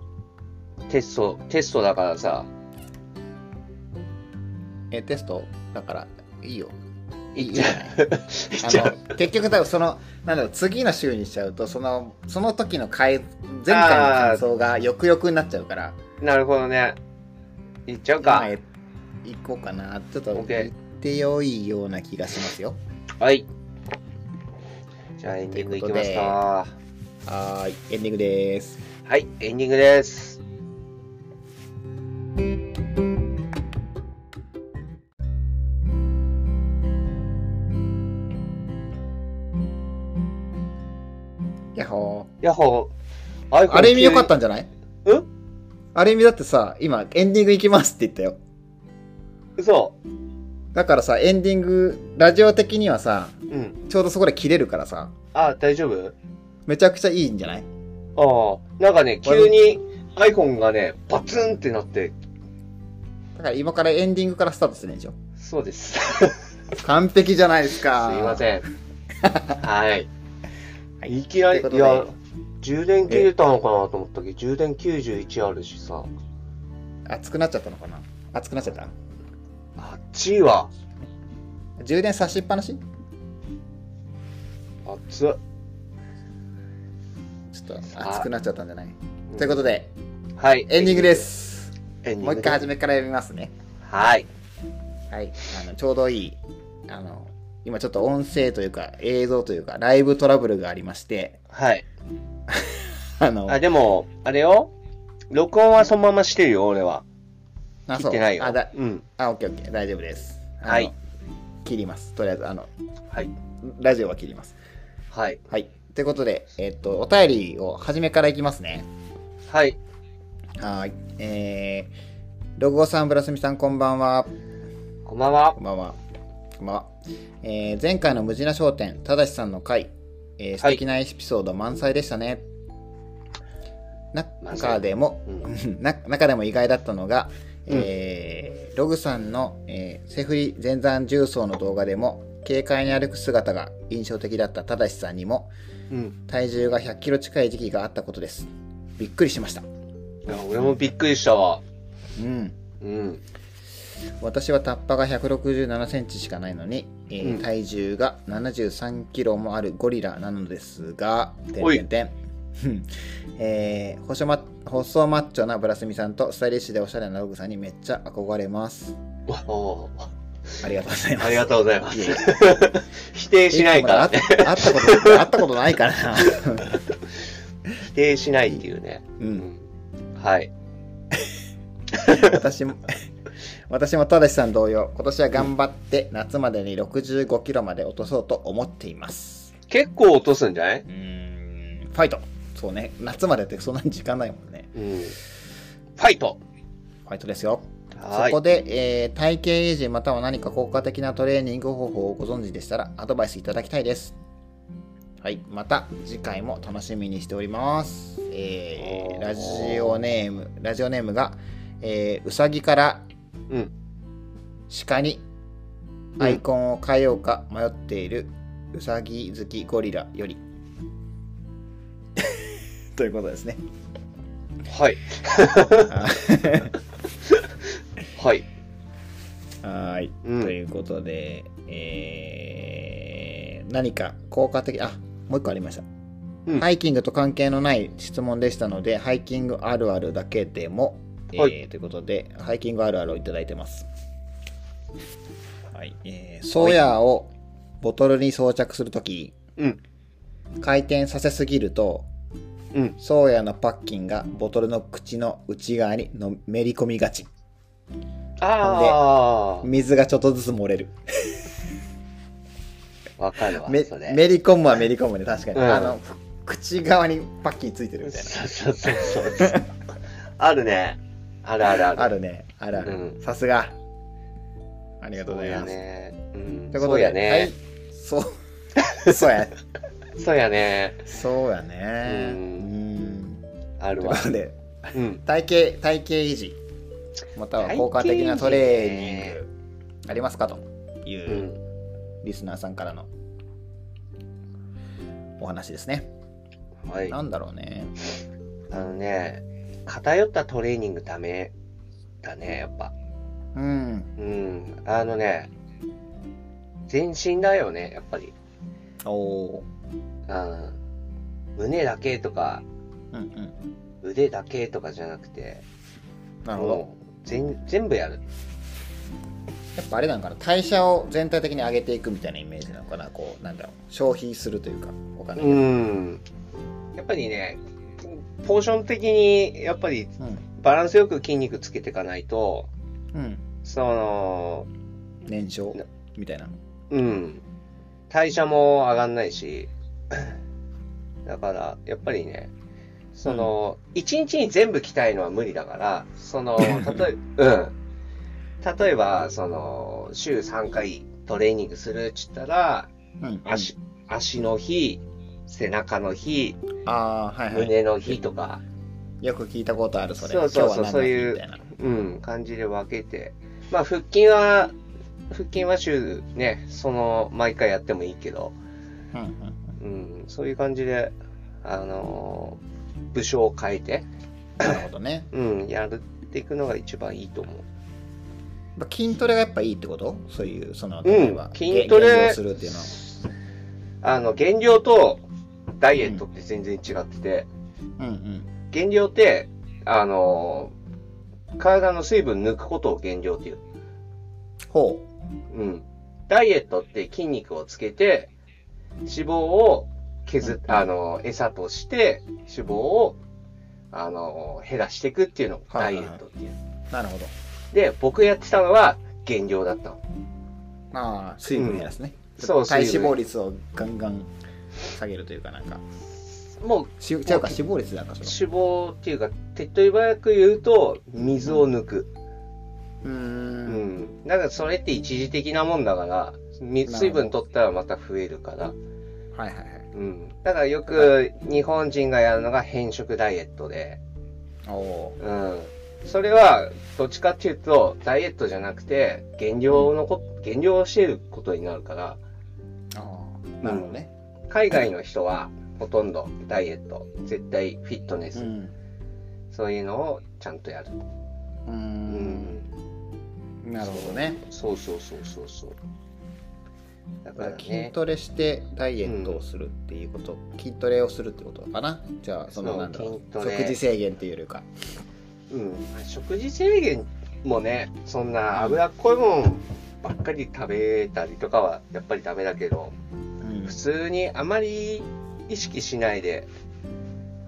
テスト、テストだからさ、え、テストだから、いいよ。いいいっじちゃゃなうい。あ いっちゃう。の結局多分そのなんだろう次の週にしちゃうとそのその時の回前回の感想がよくよくになっちゃうからなるほどね。いっちゃう今か。へ行こうかなちょっとオッケー言ってよいような気がしますよはい。じゃあエンディングいきますか。はーい、エンディングです。はい、エンディングです。やっほヤッホー。。ー。あれ見よかったたんじゃないうんあれ見だってさ、今、エンディング行きますって言ったよ。嘘。だからさ、エンディング、ラジオ的にはさ、うん。ちょうどそこで切れるからさ、あ、大丈夫めちゃくちゃいいんじゃないああ、なんかね、急に iPhone がね、バツンってなって、だから今からエンディングからスタートするんでしょ。そ うです。完璧じゃないですか。すいまん。せん。はい。いきといなうり、こといでや、充電切れたのかなと思ったけど、充電91あるしさ、熱くなっちゃったのかな熱くなっちゃったあっちいわ。充電さしっぱなしあっつ。ちょっとあ熱くなっちゃったんじゃないということで、はい。エンディングで。す。エンディングもう一回始めから読みますね。はい。はい。あの、ちょうどいい、あの、今ちょっと音声というか映像というかライブトラブルがありまして、はい。あの、あ、でも、あれよ。録音はそのまましてるよ、俺は。あ切ってないよ。あ、だ、うん。あ、オッケーオッケー、大丈夫です。あのはい。切ります。とりあえず、あの、はい。ラジオは切ります。はい。はい。ということで、えっと、お便りを初めからいきますね。はい。はい。えー、ロゴさん、ブラスミさん、こんばんは。こんばんはこ。んばんは。こんばんは。えー前回の無事な商店、ただしさんの回、えー素はい敵なエピソード満載でしたね。満中載でも、うん。 な中でも意外だったのが、えーログさんの、えーセフリ前山重曹の動画でも、軽快に歩く姿が印象的だったただしさんにも、うん。体重が100キロ近い時期があったことです。びっくりしました。いや、俺もびっくりしたわ。うん。うん。私はタッパが167センチしかないのに、えーうん体重が73キロもあるゴリラなのですが、ておいんてんてんえー、細マ細マッチョなブラスミさんとスタイリッシュでおしゃれなログさんにめっちゃ憧れます。おおー。ありがとうございます。ありがとうございますいえいえ。 否定しないからね。えまだ会ったこと会ったことないからな。否定しないっていうね。う、うんん。はい。私も私もただしさん同様、今年は頑張って夏までに65キロまで落とそうと思っています。結構落とすんじゃないうーんファイトそうね夏までってそんなに時間ないもんねうん。ファイトファイトですよそはいこ。で、えー体型維持または何か効果的なトレーニング方法をご存知でしたらアドバイスいただきたいですはいまた次回も楽しみにしておりますえーおーラジオネームラジオネームが、えーうさぎからうん鹿にアイコンを変えようか迷っているうさぎ好きゴリラ よりということですね はい。はい。はい、うんということで、えー何か効果的あもう一個ありました、うんハイキングと関係のない質問でしたのでハイキングあるあるだけでも、えーはということでハイキングあるあるをいただいてますはいえーソーヤーをボトルに装着するとき、うん回転させすぎるとうん。ソーヤーのパッキンがボトルの口の内側にのめり込みがちあ水がちょっとずつ漏れるあ。わかるわ。めそれめり込むはめり込むね確かに、うんあの口側にパッキーついてるみたいそうそうそうそう。あるね。あるあるある。なあるねあるある、うんさすがありがとうそごうざいやます、ね。うとん。いうこそとうでやはねい。そうそう やそうやね。そうやねううんんあとるいうわこ。とでうん。体型体型維持または効果的なトレーニン体型維持。グありますかといううんリスナーさんからのお話ですね、はい。なんだろうねあのね、偏ったトレーニングダメだね、やっぱ。うんうん。あのね、全身だよね、やっぱり。おおうん。胸だけとか、ーうんうん腕だけとかじゃなくて、なるほど、もう全全部やる。やっぱあれなのかな代謝を全体的に上げていくみたいなイメージなのかなこうなんだろう消費するというかお金、うんうん。やっぱりね、ポーション的に、やっぱりバランスよく筋肉つけていかないと、うん、その、燃焼みたいなうん。代謝も上がんないし、 だから、やっぱりね、その、一、日に全部鍛えるのは無理だから、そ の、例え、うん。例えば、その、週3回トレーニングするっつったら、うん足、足の日、背中の日、ああはいはい胸の日とか、よく聞いたことあるそれそうそうそう今日は何の日そういうみたいなうん、感じで分けて、まあ、腹筋は、腹筋は週ね、その、毎回やってもいいけど、うんうんうん、そういう感じで、あのー部署を変えて、なるほどねうん、やっていくのが一番いいと思う。やっぱ筋トレがやっぱいいってことそういうそのうん例えば、筋トレ減量するっていうのはあの、減量とダイエットって全然違ってて、うん減量って、あのー体の水分抜くことを減量っていう。うんほううん。ダイエットって筋肉をつけて、脂肪を削っ、あのー、餌として、脂肪を、あのー、減らしていくっていうのをダイエットっていう。なるほどで、僕やってたのは減量だったの。ああ水分減らすね、うんそう体水脂分肪率をガンガン下げるというかなんかもうし違うか脂肪率なんかそれ脂肪っていうか、手っ取り早く言うと、水を抜く。うーうんん。だからそれって一時的なもんだから、なるみほど水分取ったらまた増えるから。はいはいはいうん。だからよく日本人がやるのが変色ダイエットで、おおうん。それは、どっちかっていうと、ダイエットじゃなくて、減量のこ、減量をしてることになるから、ーあーなるほどね海外の人はほとんどダイエット、絶対フィットネス、うんそういうのをちゃんとやる。うーうんんなるほどねそうそうそうそうそう。だから筋ね。トレしてダイエットをするっていうこと、筋トレをするってことかなじゃあそのそうなんだろう筋トレ食事制限っていうよりかうん。食事制限もね、そんな脂っこいもんばっかり食べたりとかはやっぱりダメだけど、うん普通にあまり意識しないで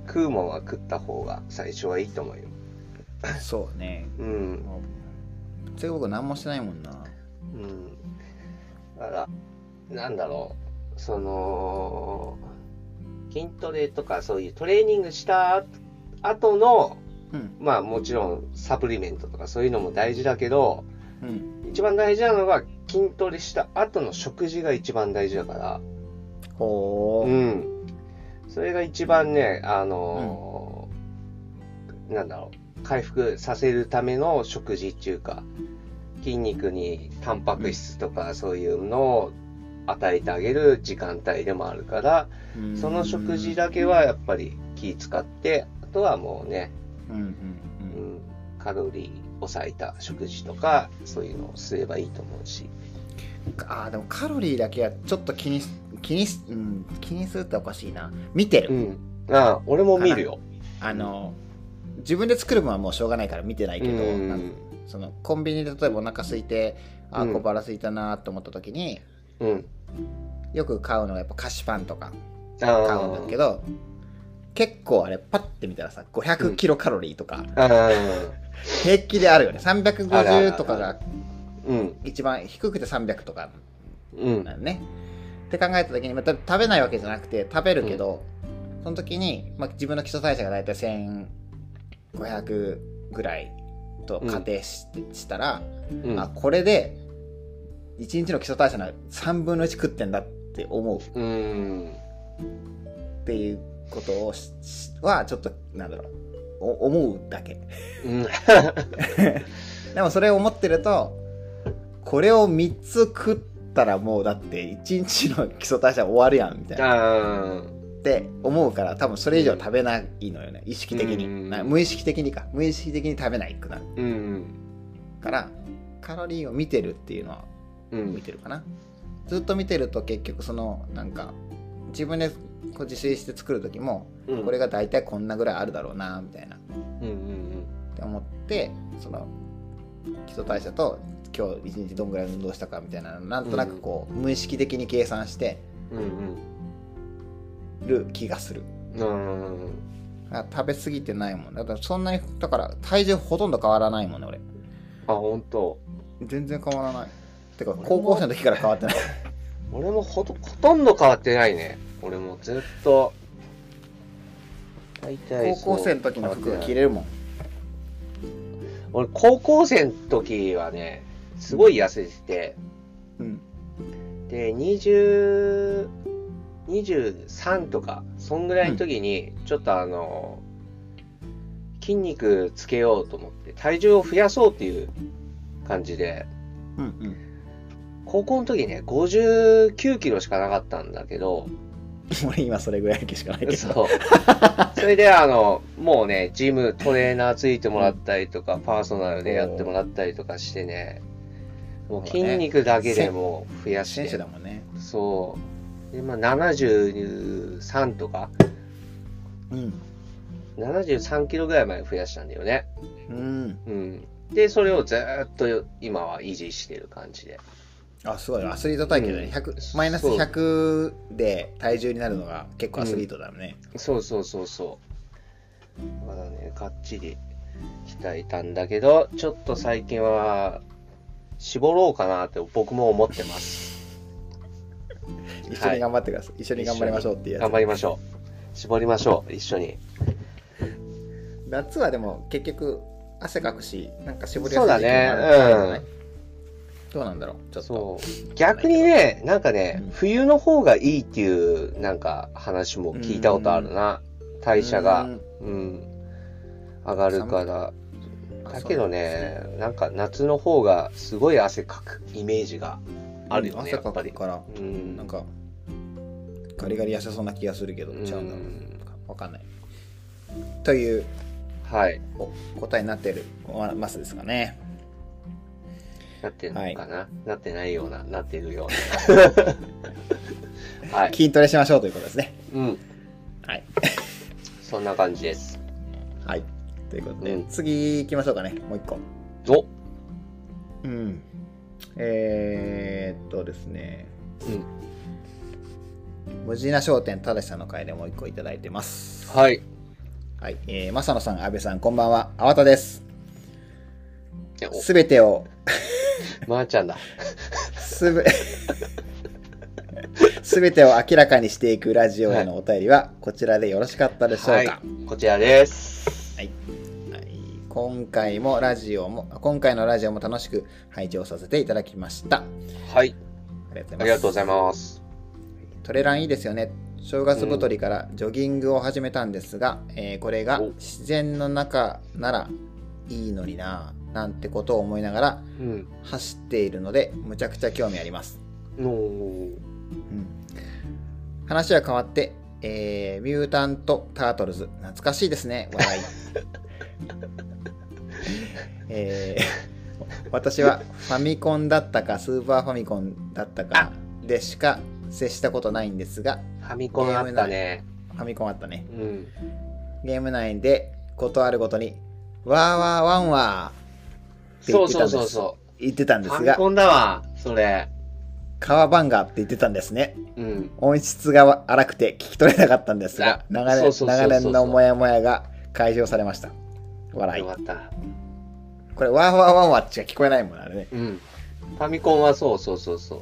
食うもんは食った方が最初はいいと思うよ。そうねうん。もう全僕何もしてないもんなうん。だから、なんだろう。その、筋トレとかそういうトレーニングした後のうんまあもちろんサプリメントとかそういうのも大事だけど、うん一番大事なのが筋トレした後の食事が一番大事だから、ほうーん。それが一番ね、あのーなんだろう、回復させるための食事っていうか、筋肉にタンパク質とかそういうのを与えてあげる時間帯でもあるから、うんその食事だけはやっぱり気使って、あとはもうね、うんうんううんんカロリー抑えた食事とかそういうのをすればいいと思うしあーでもカロリーだけはちょっと気にす気にす、うん、気にするっておかしいな見てる、んああ俺も見るよあの自分で作る分はもうしょうがないから見てないけど、うんなんそのコンビニで例えばお腹空いてあうんー小腹空いたなと思った時に、うんよく買うのがやっぱ菓子パンとかあ買うんだけどど結構あれパッて見たらさ500キロカロリーとかああ平気であるよねあるあるあ350るとかがうん一番低くて300とかうんなのねって考えた時にまた食べないわけじゃなくて食べるけど、その時に、まあ、自分の基礎代謝が大体1500ぐらいと仮定し,、したら、うんあこれで1日の基礎代謝の3分の1食ってんだって思ううんっていうことをししはちょっとなんだろうお思うだけうんでもそれを思ってるとこれを3つ食ったらもうだって1日の基礎代謝終わるやんみたいなっあて思うから多分それ以上食べないのよね意識的うんにな無意識的にか無意識的に食べないくなるうんからカロリーを見てるっていうのはう見んてるかなずっと見てると結局そのなんか自分でこう自炊して作る時もうんこれが大体こんなぐらいあるだろうなみたいなうんうんって思ってその基礎代謝と今日一日どんぐらい運動したかみたいなのなんとなくこう、無意識的に計算してうんる気がするうん。うん。あ食べ過ぎてないもんだからそんなにだから体重ほとんど変わらないもんね俺あ、本当。全然変わらないてか高校生の時から変わってない俺もほと、ほとんど変わってないね。俺もずっと。大体 そう高校生の時の服が着れるもん俺、高校生の時はね、すごい痩せてて、うんで、20、23とか、そんぐらいの時に、ちょっとあの、筋肉つけようと思って、体重を増やそうっていう感じで、うんうん高校の時ね、59キロしかなかったんだけど、俺今それぐらいしかないけどそう。それで、あの、もうね、ジム、トレーナーついてもらったりとか、パーソナルでやってもらったりとかしてね、もう筋肉だけでもう増やし選て手だ、もんねそう。で、まあ、73とか、うん73キロぐらいまで増やしたんだよね。うんうん。で、それをずーっと今は維持してる感じで。あすごいアスリート体験だね、100うんマイナスそう100で体重になるのが結構アスリートだよね、そうそうそうそう。だからね、がっちり鍛えたんだけど、ちょっと最近は、絞ろうかなって僕も思ってます。一緒に頑張ってください、一緒に頑張りましょうっていうや頑つ張りましょう。絞りましょう、一緒に。夏はでも結局汗かくしなんか絞りやそすうい時だ期もあねるんじゃない、うんどうなんだろうちょっとそう。逆にね、なんかねうん、冬の方がいいっていう、なんか話も聞いたことあるな。代謝うが、んうん、上がるから。あだけどね、なんか夏の方がすごい汗かくイメージがあるようんね、や汗っかぱくり。からうんなんかガリガリ痩せそうな気がするけどう違んうんだろうなわかんないというはい。お答えになってるおマスですかねなってるのはいかな、なってないような、なってるよ うな。はい。筋トレしましょうということですねうん。はいそんな感じです。はいということで、うん次行きましょうかねもう一個おうんえー、っとですねうん。無事な商店ただしさんの回でもう一個いただいてますはい。はい、えー、正野さん、安倍さん、こんばんは。あわたです。えおすべてを、まー、ちゃんだ。すべ、 すべてを明らかにしていくラジオへのお便りは、こちらでよろしかったでしょうか。はい。こちらです。はい今回もラジオも、今回のラジオも楽しく拝聴させていただきました。あはい。りがとうございます。ありがとうございます。トレランいいですよね。正月太りからジョギングを始めたんですが、えーこれがお自然の中ならいいのになぁ、なんてことを思いながらうん。走っているので、むちゃくちゃ興味あります。のーうん話は変わって、えーミュータント・タートルズ、懐かしいですね、笑 い。えー私はファミコンだったか、スーパーファミコンだったかでしか接したことないんですが、ファミコンあったね。ファミコンあったね。うん。ゲーム内でことあるごとに、わーわーわんわーって言そうってそたんうですそうそ言ってたんう。でファすミが、コンだわ、それ。カワバンガーって言ってたんですね。うん。音質が荒くて聞き取れなかったんですがあ長そう年そうそうそう長年のモヤモヤが解消されました笑いよかった。これワーワーワンワーしか聞こえないもんあれね、うん。ファミコンはそうそうそうそう。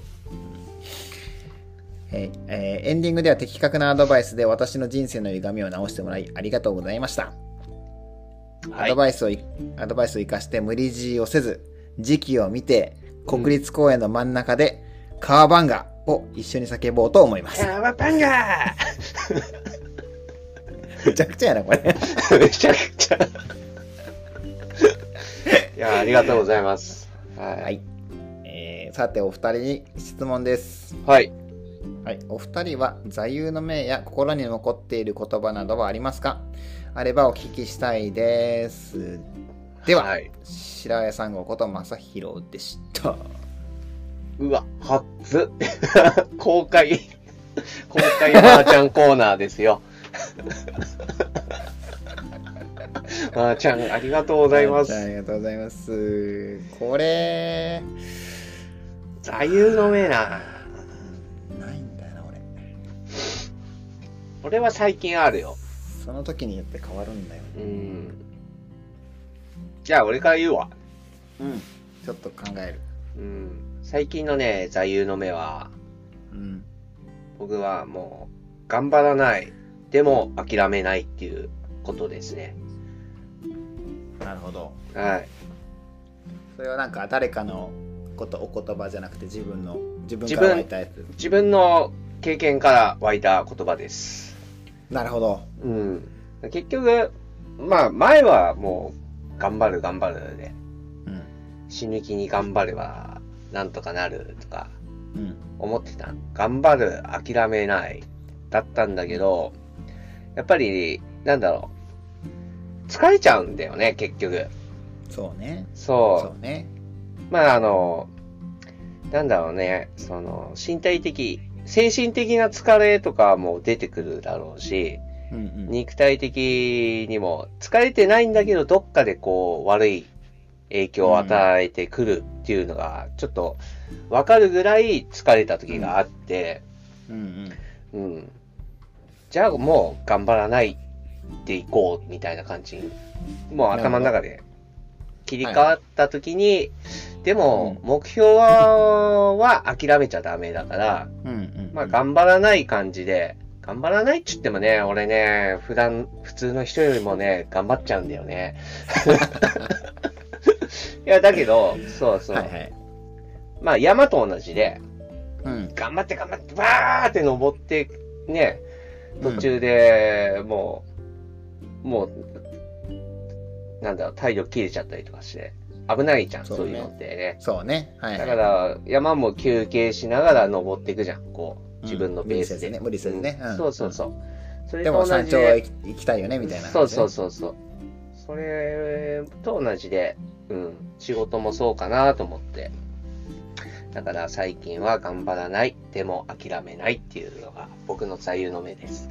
えーえーエンディングでは的確なアドバイスで私の人生の歪みを直してもらいありがとうございました、はアいド。バイスをいアドバイスを生かして無理強いをせず時期を見て国立公園の真ん中で「カーバンガ」を一緒に叫ぼうと思います、ワパンガ めちゃくちゃやなこれー めちゃくちゃ。いや、ありがとうございます。ははい。い、えーさてお二人に質問ですはい。はい、お二人は座右の銘や心に残っている言葉などはありますかあればお聞きしたいです。では、はい、白谷三号こと正宏でした。うわ、初。 公開、公 開マーちゃんコーナーですよ。まーちゃん、ありがとうございまありす。がとうございます。これ、座右の銘な。ないんだよな、俺。俺は最近あるよ。その時によって変わるんだよ。うん。じゃあ、俺から言うわ。うん。ちょっと考える。うん。最近のね、座右の銘は、うん。僕はもう、頑張らない。でも、諦めないっていうことですね。なるほど。はい。それはなんか誰かのことお言葉じゃなくて自分の自分自から分湧いたやつ。自分の経験から湧いた言葉です。なるほど。うん。結局、まあ、前はもう、頑張る頑張るで、うん。死ぬ気に頑張れば、なんとかなるとか、うん。思ってた。頑張る、諦めない、だったんだけど、やっぱり、なんだろう。疲れちゃうんだよね、結局。そうね。そそうね。う。まあ、あの、なんだろうね、その、身体的、精神的な疲れとかも出てくるだろうし、うんうん。肉体的にも疲れてないんだけど、どっかでこう悪い影響を与えてくるっていうのが、ちょっとわかるぐらい疲れた時があって、うんうん。うん。じゃあもう頑張らないでいこうみたいな感じに、もう頭の中で切り替わった時に、でもう目標はは諦めちゃダメだから、うんうん。まあ、頑張らない感じで、頑張らないっちゅってもね、俺ね、普段、普通の人よりもね、頑張っちゃうんだよね。 いや、だけど、そうそう。はいはい。まあ、山と同じで、うん。頑張って頑張って、バーって登って、ね、途中でもう、もう、なんだろう、体力切れちゃったりとかして、危ないじゃん、そそううねいうのってね。そうね。はいはい。だから、山も休憩しながら登っていくじゃん、こう、自分のペースで。うん無理せずね無理せずねうんうんそうそうそう。それでとも同山じ頂はで行き行きたいよねみたいな、そうそうそうそう。それと同じで、うん、仕事もそうかなと思って。だから最近は頑張らない、でも諦めないっていうのが僕の座右の銘です。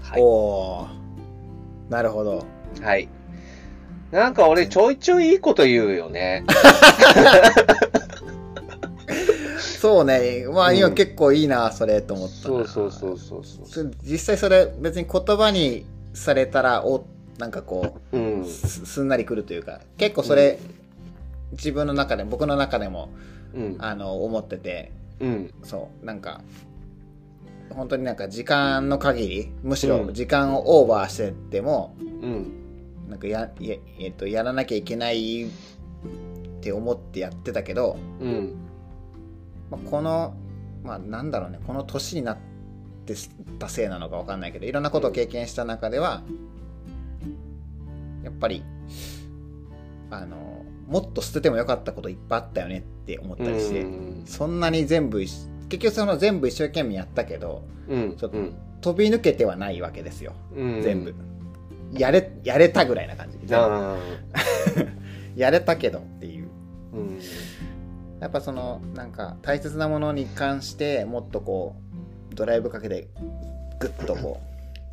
はおい。おーなるほど。はい。なんか俺ちょいちょいいいこと言うよね。そうね。まあうん今結構いいな、それと思ったな。そうそうそうそうそそ実際それ別に言葉にされたらおなんかこう。うんう。すすんなりくるというか結構それ、自分の中で僕の中でもうん。あの思っててうん。そうなんか本当になんか時間の限りむしろうん時間をオーバーしてても、うん。なんかやや,、えっとやらなきゃいけないって思ってやってたけど、うん。まあ、この、まあ、なんだろうねこの年になってたせいなのかわかんないけどいろんなことを経験した中ではやっぱりあのもっと捨ててもよかったこといっぱいあったよねって思ったりして、うん。そんなに全部一緒結局その全部一生懸命やったけどうん。ちょっと飛び抜けてはないわけですようん全部、。やれやれたぐらいな感じ全部ああ。やれたけどっていううん。やっぱそのなんか大切なものに関してもっとこうドライブかけてグッとこ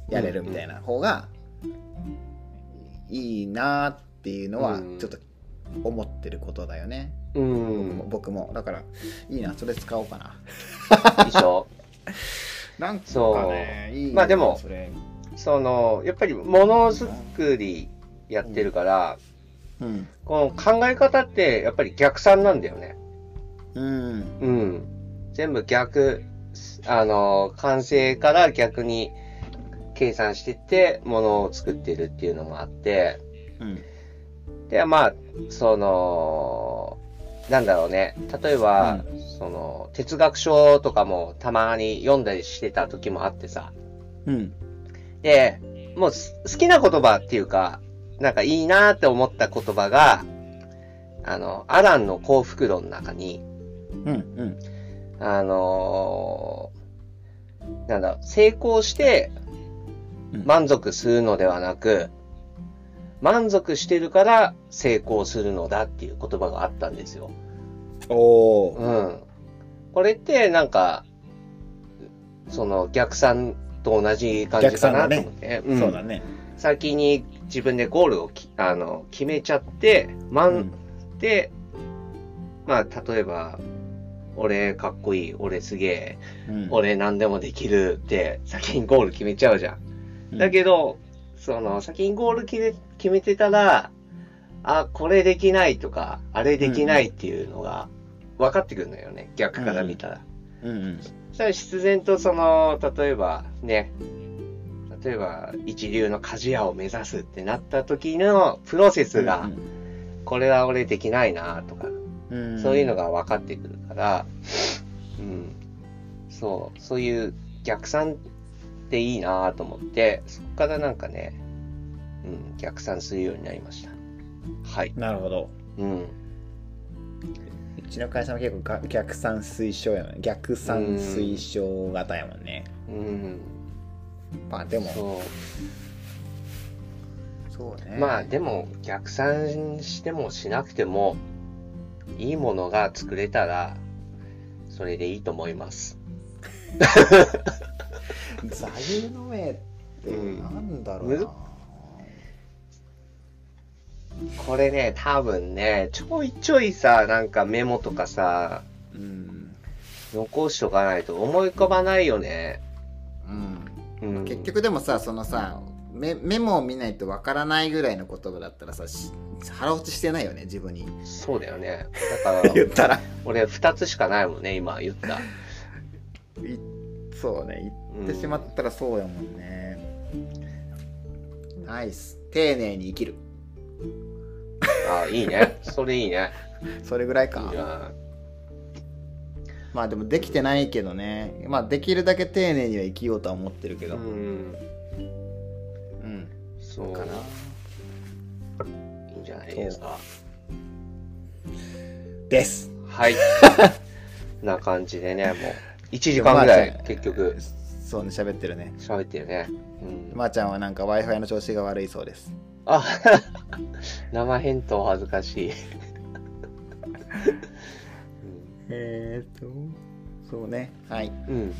うやれるみたいな方がいいなっていうのはうんちょっと思ってることだよね、うん。僕もだからいいなそれ使おうかなでしょなんそかうねいいなまあでもそれそのやっぱりものづくりやってるから、うんこの考え方ってやっぱり逆算なんだよね。うんうん。全部逆、あの、完成から逆に計算してって、ものを作ってるっていうのもあって、うんで、まあ、その、なんだろうね。例えば、その、哲学書とかもたまに読んだりしてた時もあってさ、うんで、もうす好きな言葉っていうか、なんかいいなーって思った言葉が、あの、アランの幸福論の中に、うんうんあのーなんだ、成功してうん満足するのではなく、満足してるから成功するのだっていう言葉があったんですよ。おおうん。これってなんか、その逆算と同じ感じかなと思って。んそうだね先に自分でゴールをきあの決めちゃって、まん、で、まあ、例えば、俺かっこいい、俺すげえ、うん俺何でもできるって、先にゴール決めちゃうじゃん。うんだけど、その、先にゴール決め決めてたら、あ、これできないとか、あれできないっていうのが分かってくるのよね、逆から見たら。うんうんそしたら必然とその、例えばね、例えば一流の鍛冶屋を目指すってなった時のプロセスが、これは俺できないなとか、うんそういうのが分かってくるから、うん、そう、そういう逆算っていいなと思って、そこからなんかね、うん、逆算するようになりました。はい。なるほどうん。うちの会社も結構が逆算推奨やもんね逆算推奨型やもんねうん。まあでもそそうう。ねまあでも、逆算してもしなくても、いいものが作れたら、それでいいと思います。座右の銘ってなんだろうな、うんこれね、多分ね、ちょいちょいさ、なんかメモとかさ、うん残しとかないと思い浮かばないよね。うんうん、結局でもさそのさメメモを見ないとわからないぐらいの言葉だったらさし腹落ちしてないよね自分にそうだよ ね。だか言っら、たら俺2つしかないもんね、今言った。いそうねう言んってしまったらそうやもんね、ナイス丁寧に生きるあい いね。それいいね。それぐらいいかいなまあでもできてないけどねまあできるだけ丁寧には生きようとは思ってるけうどうん、ん。そうかないいんじゃないですか。です はい。な感じでね、もう、1時間ぐらまあいじゃあ結局そうね喋ってるね喋ってるね。うん。まー、ちゃんはなんか w i f i の調子が悪いそうですあ 生返答恥ずかしい。えー、とそうねはいうん。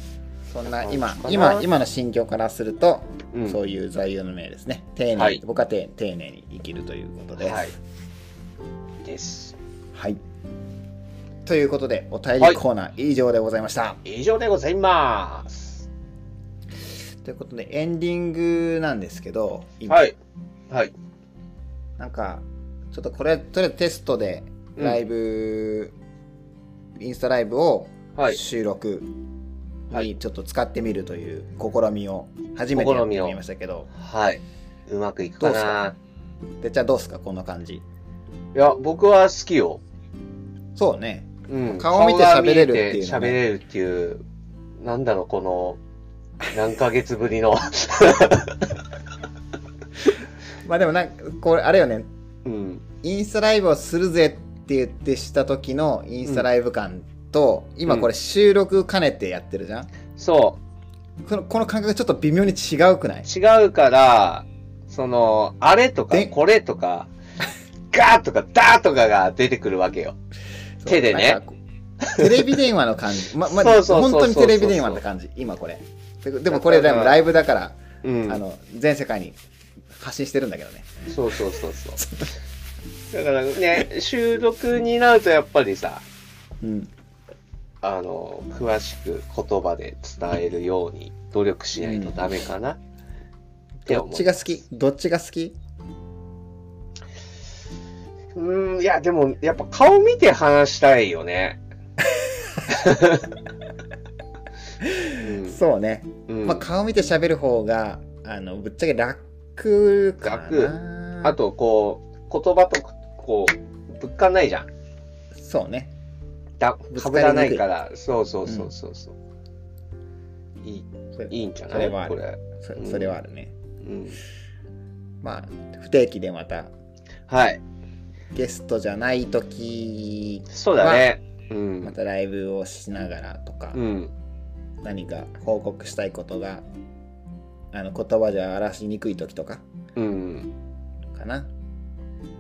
そんなそう今かな今今の心境からすると、うん。そういう座右の銘ですね丁寧に、はい僕は丁丁寧に生きるということですはい。です。はい。ということで、お便りコーナー以上でございました。以上でございます。ということで、エンディングなんですけど、今はい。はい。なんか、ちょっとこれ、とりあえずテストで、うんライブ、インスタライブをはい。収録はにちょっと使ってみるという試みを初めてや試ってみをみましたけど、はい。うまくいくかどうっすかな。でじゃあどうすか、こんな感じ。いや、僕は好きよ。そうね。うん。顔見て顔が喋れるっていうのね見て喋れるっていう、なんだろう、この、何ヶ月ぶ りの。まあでもなんか、これ、あれよね、うん。インスタライブをするぜって言ってした時のインスタライブ感と、今これ収録兼ねてやってるじゃん、そ。このこの感覚ちょっと微妙に違うくないう違うから、その、あれとかで、これとか、ガーとか、ダーとかが出てくるわけよ。 手でねなんかこうテレビ電話の感じ ま、まそうそうそうそ本う当にテレビ電話の感じ今これででもこれだでからもライブだから、うん。あの全世界に発信してるんだけどねそうそうそう そう。だからね、収録になるとやっぱりさ、うんあの、詳しく言葉で伝えるように努力しないとダメかな、ってどっ思ちが好きどっちが好きう。うん、いや、でも、やっぱ顔見て話したい よね。そうね、うん。うんまあ、顔見て喋る方があのぶっちゃけ楽かなあと、こう、言葉と、こう、ぶっかんないじゃん。そうねだぶつかかりにくいぶらないから、そうそうそうそうそう。いい、それいいんじゃそなれいはあるこれ。そそれはあるね、うん。まあ不定期でまたはい。ゲストじゃない時そうだね。うん。またライブをしながらとか、うん。何か報告したいことがあの言葉じゃ表しにくい時とかうん。かな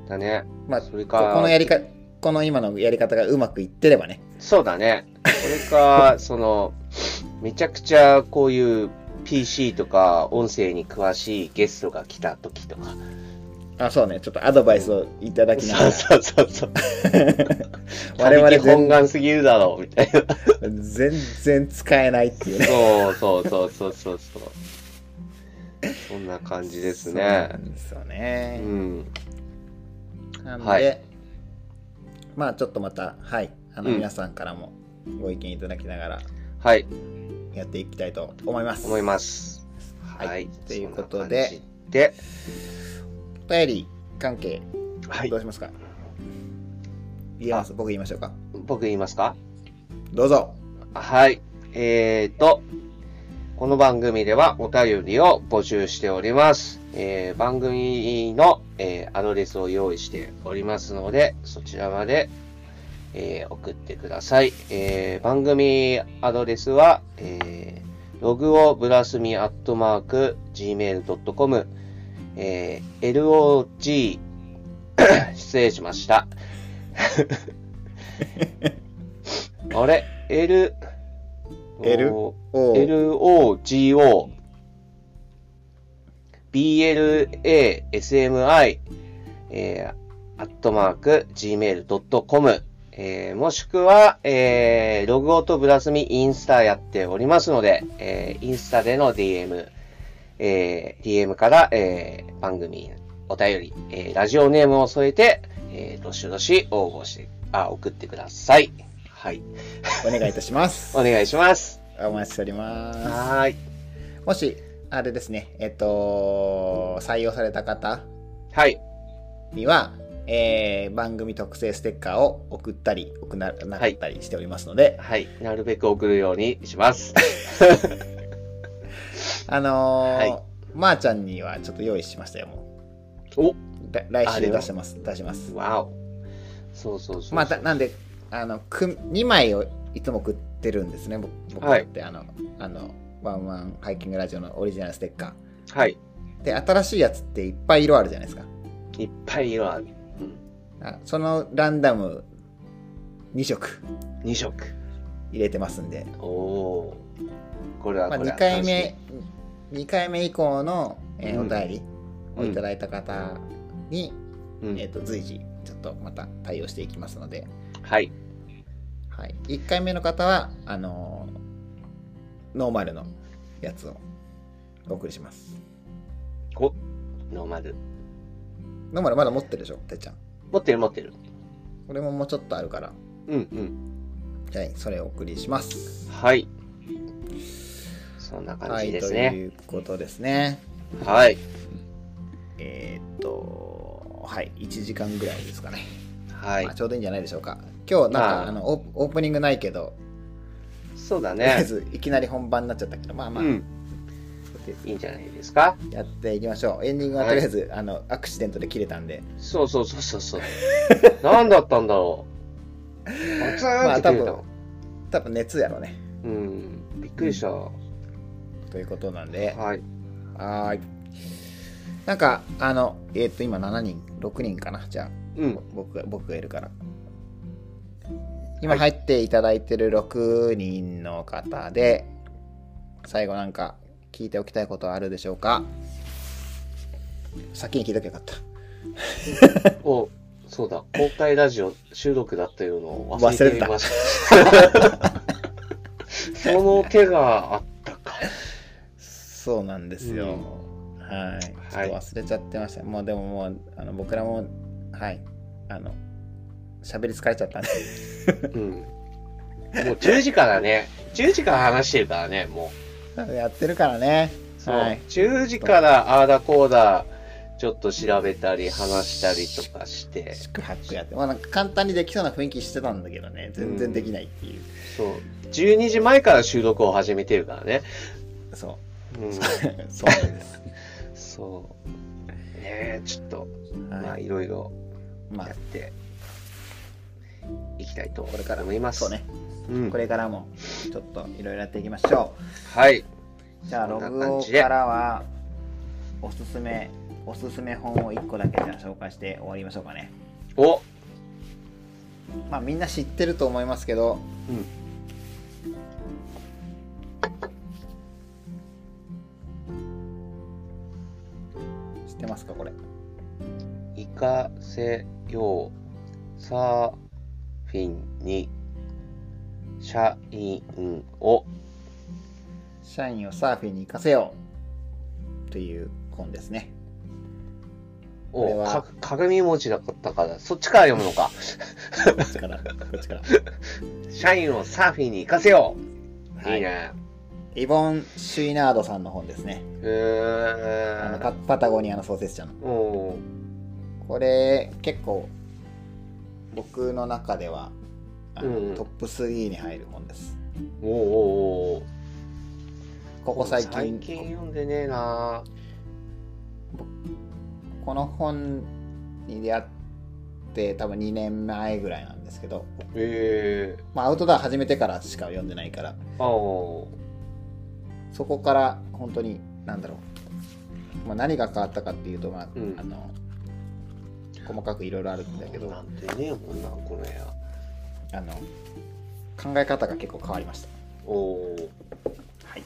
だね。まあそれこか、このやりかこの今のやり方がうまくいってればね そうだね。それか、その、めちゃくちゃこういう PC とか音声に詳しいゲストが来た時とか。あ、そうね。ちょっとアドバイスをいただきながそうそうそう そう。我我々々全本願すぎるだろうみたいな。ら、全然使えないっていうね。 そうそうそうそうそうそう。そんな感じですねそうな。んですようね。ん。なんで、はいまあちょっとまた、はい、あのうん皆さんからもご意見いただきながらはい、やっていきたいと思います。思います。はい。はいということでそんな感じで、お便り関係、はいどう。しますか、言えます僕言いましょうか。僕言いますかどうぞ。はい。えーと、この番組ではお便りを募集しております。えー番組の、えーアドレスを用意しておりますので、そちらまで、えー送ってください。えー番組アドレスは、えーログをブラスミアットマーク gmail.com、えー log 失礼しました。あれ ?L、 L？おーおう LOGO BLASMI えー、アットマーク gmail.com えー、もしくは、えー、ログオとブラスミインスタやっておりますので、えー、インスタでの DM、えー、DM から、えー、番組、お便り、えー、ラジオネームを添えて、えー、どしどし応募して、あ、送ってください。はい。お願いいたします お。願いします。お待ちしておりまはーい。す。もし、あれですね、えっと、採用された方はい。には、えー番組特製ステッカーを送ったり、送らなかったりしておりますので、はい。なるべく送るように します。あのーはいまー、ちゃんにはちょっと用意しましたよ、もおう。だ来あれ週を出します、出します。わお。そうそうそうそう。まあ、だなんで、あの、2枚をいつも送ってるんですね、僕僕はだっいて、あの、あの、ワンワンハイキングラジオのオリジナルステッカはい。ー。で、新しいやつっていっぱい色あるじゃないですか。いっぱい色ある。うん。あそのランダム2色2色。入れてますんで、おおー。これはまあ、これは2回目、2回目以降の、えーうんお便りをいただいた方に、楽しみうんえー、と随時ちょっとまた対応していきますので、はい。はい、1回目の方はあのーノーマルのやつをお送りしますおノーマル。ノーマルまだ持ってるでしょてっちゃん持ってる持ってる。俺ももうちょっとあるからうんうん。はいそれをお送りしますはい。そんな感はじいですとね。いうことですねはい。えーっとはい1時間ぐらいですかね、はい。まあ、ちょうどいいんじゃないでしょうか今日なんか、まああ、のオープオープニングないけど、そうだとりあえね。ずいきなり本番になっちゃったけどまあまうあ、ん。いいんじゃないですか。やっていきましょうエンディングはとりあえず、あのアクシデントで切れたんでそうそうそうそ うそう。何だったんだろう。ガツンって切れたまあ多もん。多分熱やろうねうん。びっくりした。ということなんで、はい。はーい。なんか、あの、えっ、と、今7人、6人かな、じゃあ、うん。僕が、僕がいるから。今入っていただいてる6人の方で、最後なんか聞いておきたいことはあるでしょうか先に聞いときゃよかった。お、そうだ。公開ラジオ収録だったいうのを忘忘れれてていたました。 その手があったか。そうなんですよ。はい。ちょはっいと忘れちゃってました。もうでももう、あの僕らも、はい、あの、喋り疲れちゃったんで。うん。もう10時からね、10時から話してるからね、も やってるからね。う。そう。はい10時からあーだこーだ、ちょっと調べたり話したりとかして、宿泊やって、まあ、なんか簡単にできそうな雰囲気してたんだけどね全然できないっていう、そう。12時前から収録を始めてるからね。そうん。 うそうなんです、そう。ねえ、ちょっと、まあ、はいいろいろまやっあていきたいとこれから思います。そうねうんこれからもちょっといろいろやっていきましょはい。うじゃあロこんなグ感オじでからはおすすめおすすめ本を1個だけじゃあ紹介して終わりましょうかねお、まあみんな知ってると思いますけどってますかこれ行かせようサーフィンに社員を社員をサーフィンに行かせようという本ですねこれおはか鏡文字だったからそっちから読むのか こっちからこっ ちから社員をサーフィンに行かせよう、、はいいいねイボン・シュイナードさんの本ですねへあのえパパタゴニアの創設者のうんこれ結構僕の中ではあのうんトップ3に入る本ですおうおうおうここ最近最近読んでねえなこの本に出会って多分2年前ぐらいなんですけど、へえまあ、アウトドア始めてからしか読んでないからああそこから本当に何だろう、まあ、何が変わったかっていうと、まあうんあの細かくいろいろあるんだけどなあんてねえもんなこの部屋の考え方が結構変わりました、おおはい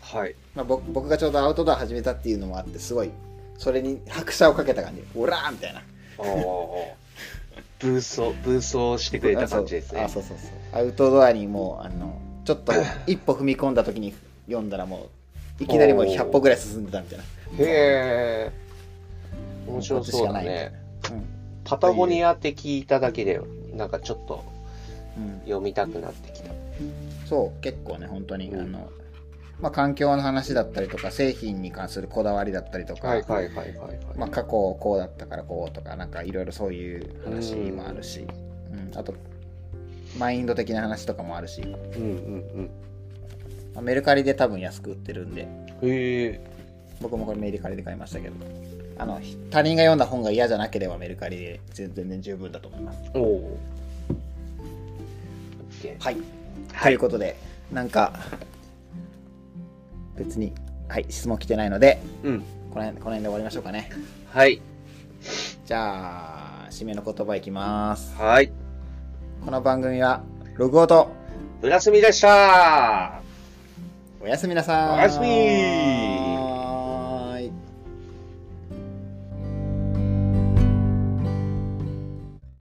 はいまあ、僕僕がちょうどアウトドア始めたっていうのもあってすごいそれに拍車をかけた感じ「オラー!」みたいなああ ブースをブースをしてくれた感じですねあそうそうそうアウトドアにもうあのちょっと一歩踏み込んだ時に読んだらもういきなりもう100歩ぐらい進んでたみたいな、へえ面白そうだねうんパタゴニアって聞いただけでなんかちょっとうん、読みたくなってきたそう結構ね本当に、うんあのまあ、環境の話だったりとか製品に関するこだわりだったりとか、はいはいはいはいはいまあ、過去こうだったからこうとかなんかいろいろそういう話もあるし、うん、あとマインド的な話とかもあるし、うんうんまあメルカリで多分安く売ってるんでうんへえ僕もこれメルカリで買いましたけどあの他人が読んだ本が嫌じゃなければメルカリで全全然十分だと思います。おおー OK はい、はということでなんか別に、はい、質問来てないのでうんこの辺この辺で終わりましょうかねはいじゃあ締めの言葉いきますはいこの番組はログオと浦住でしたおやすみなさーいおやすみ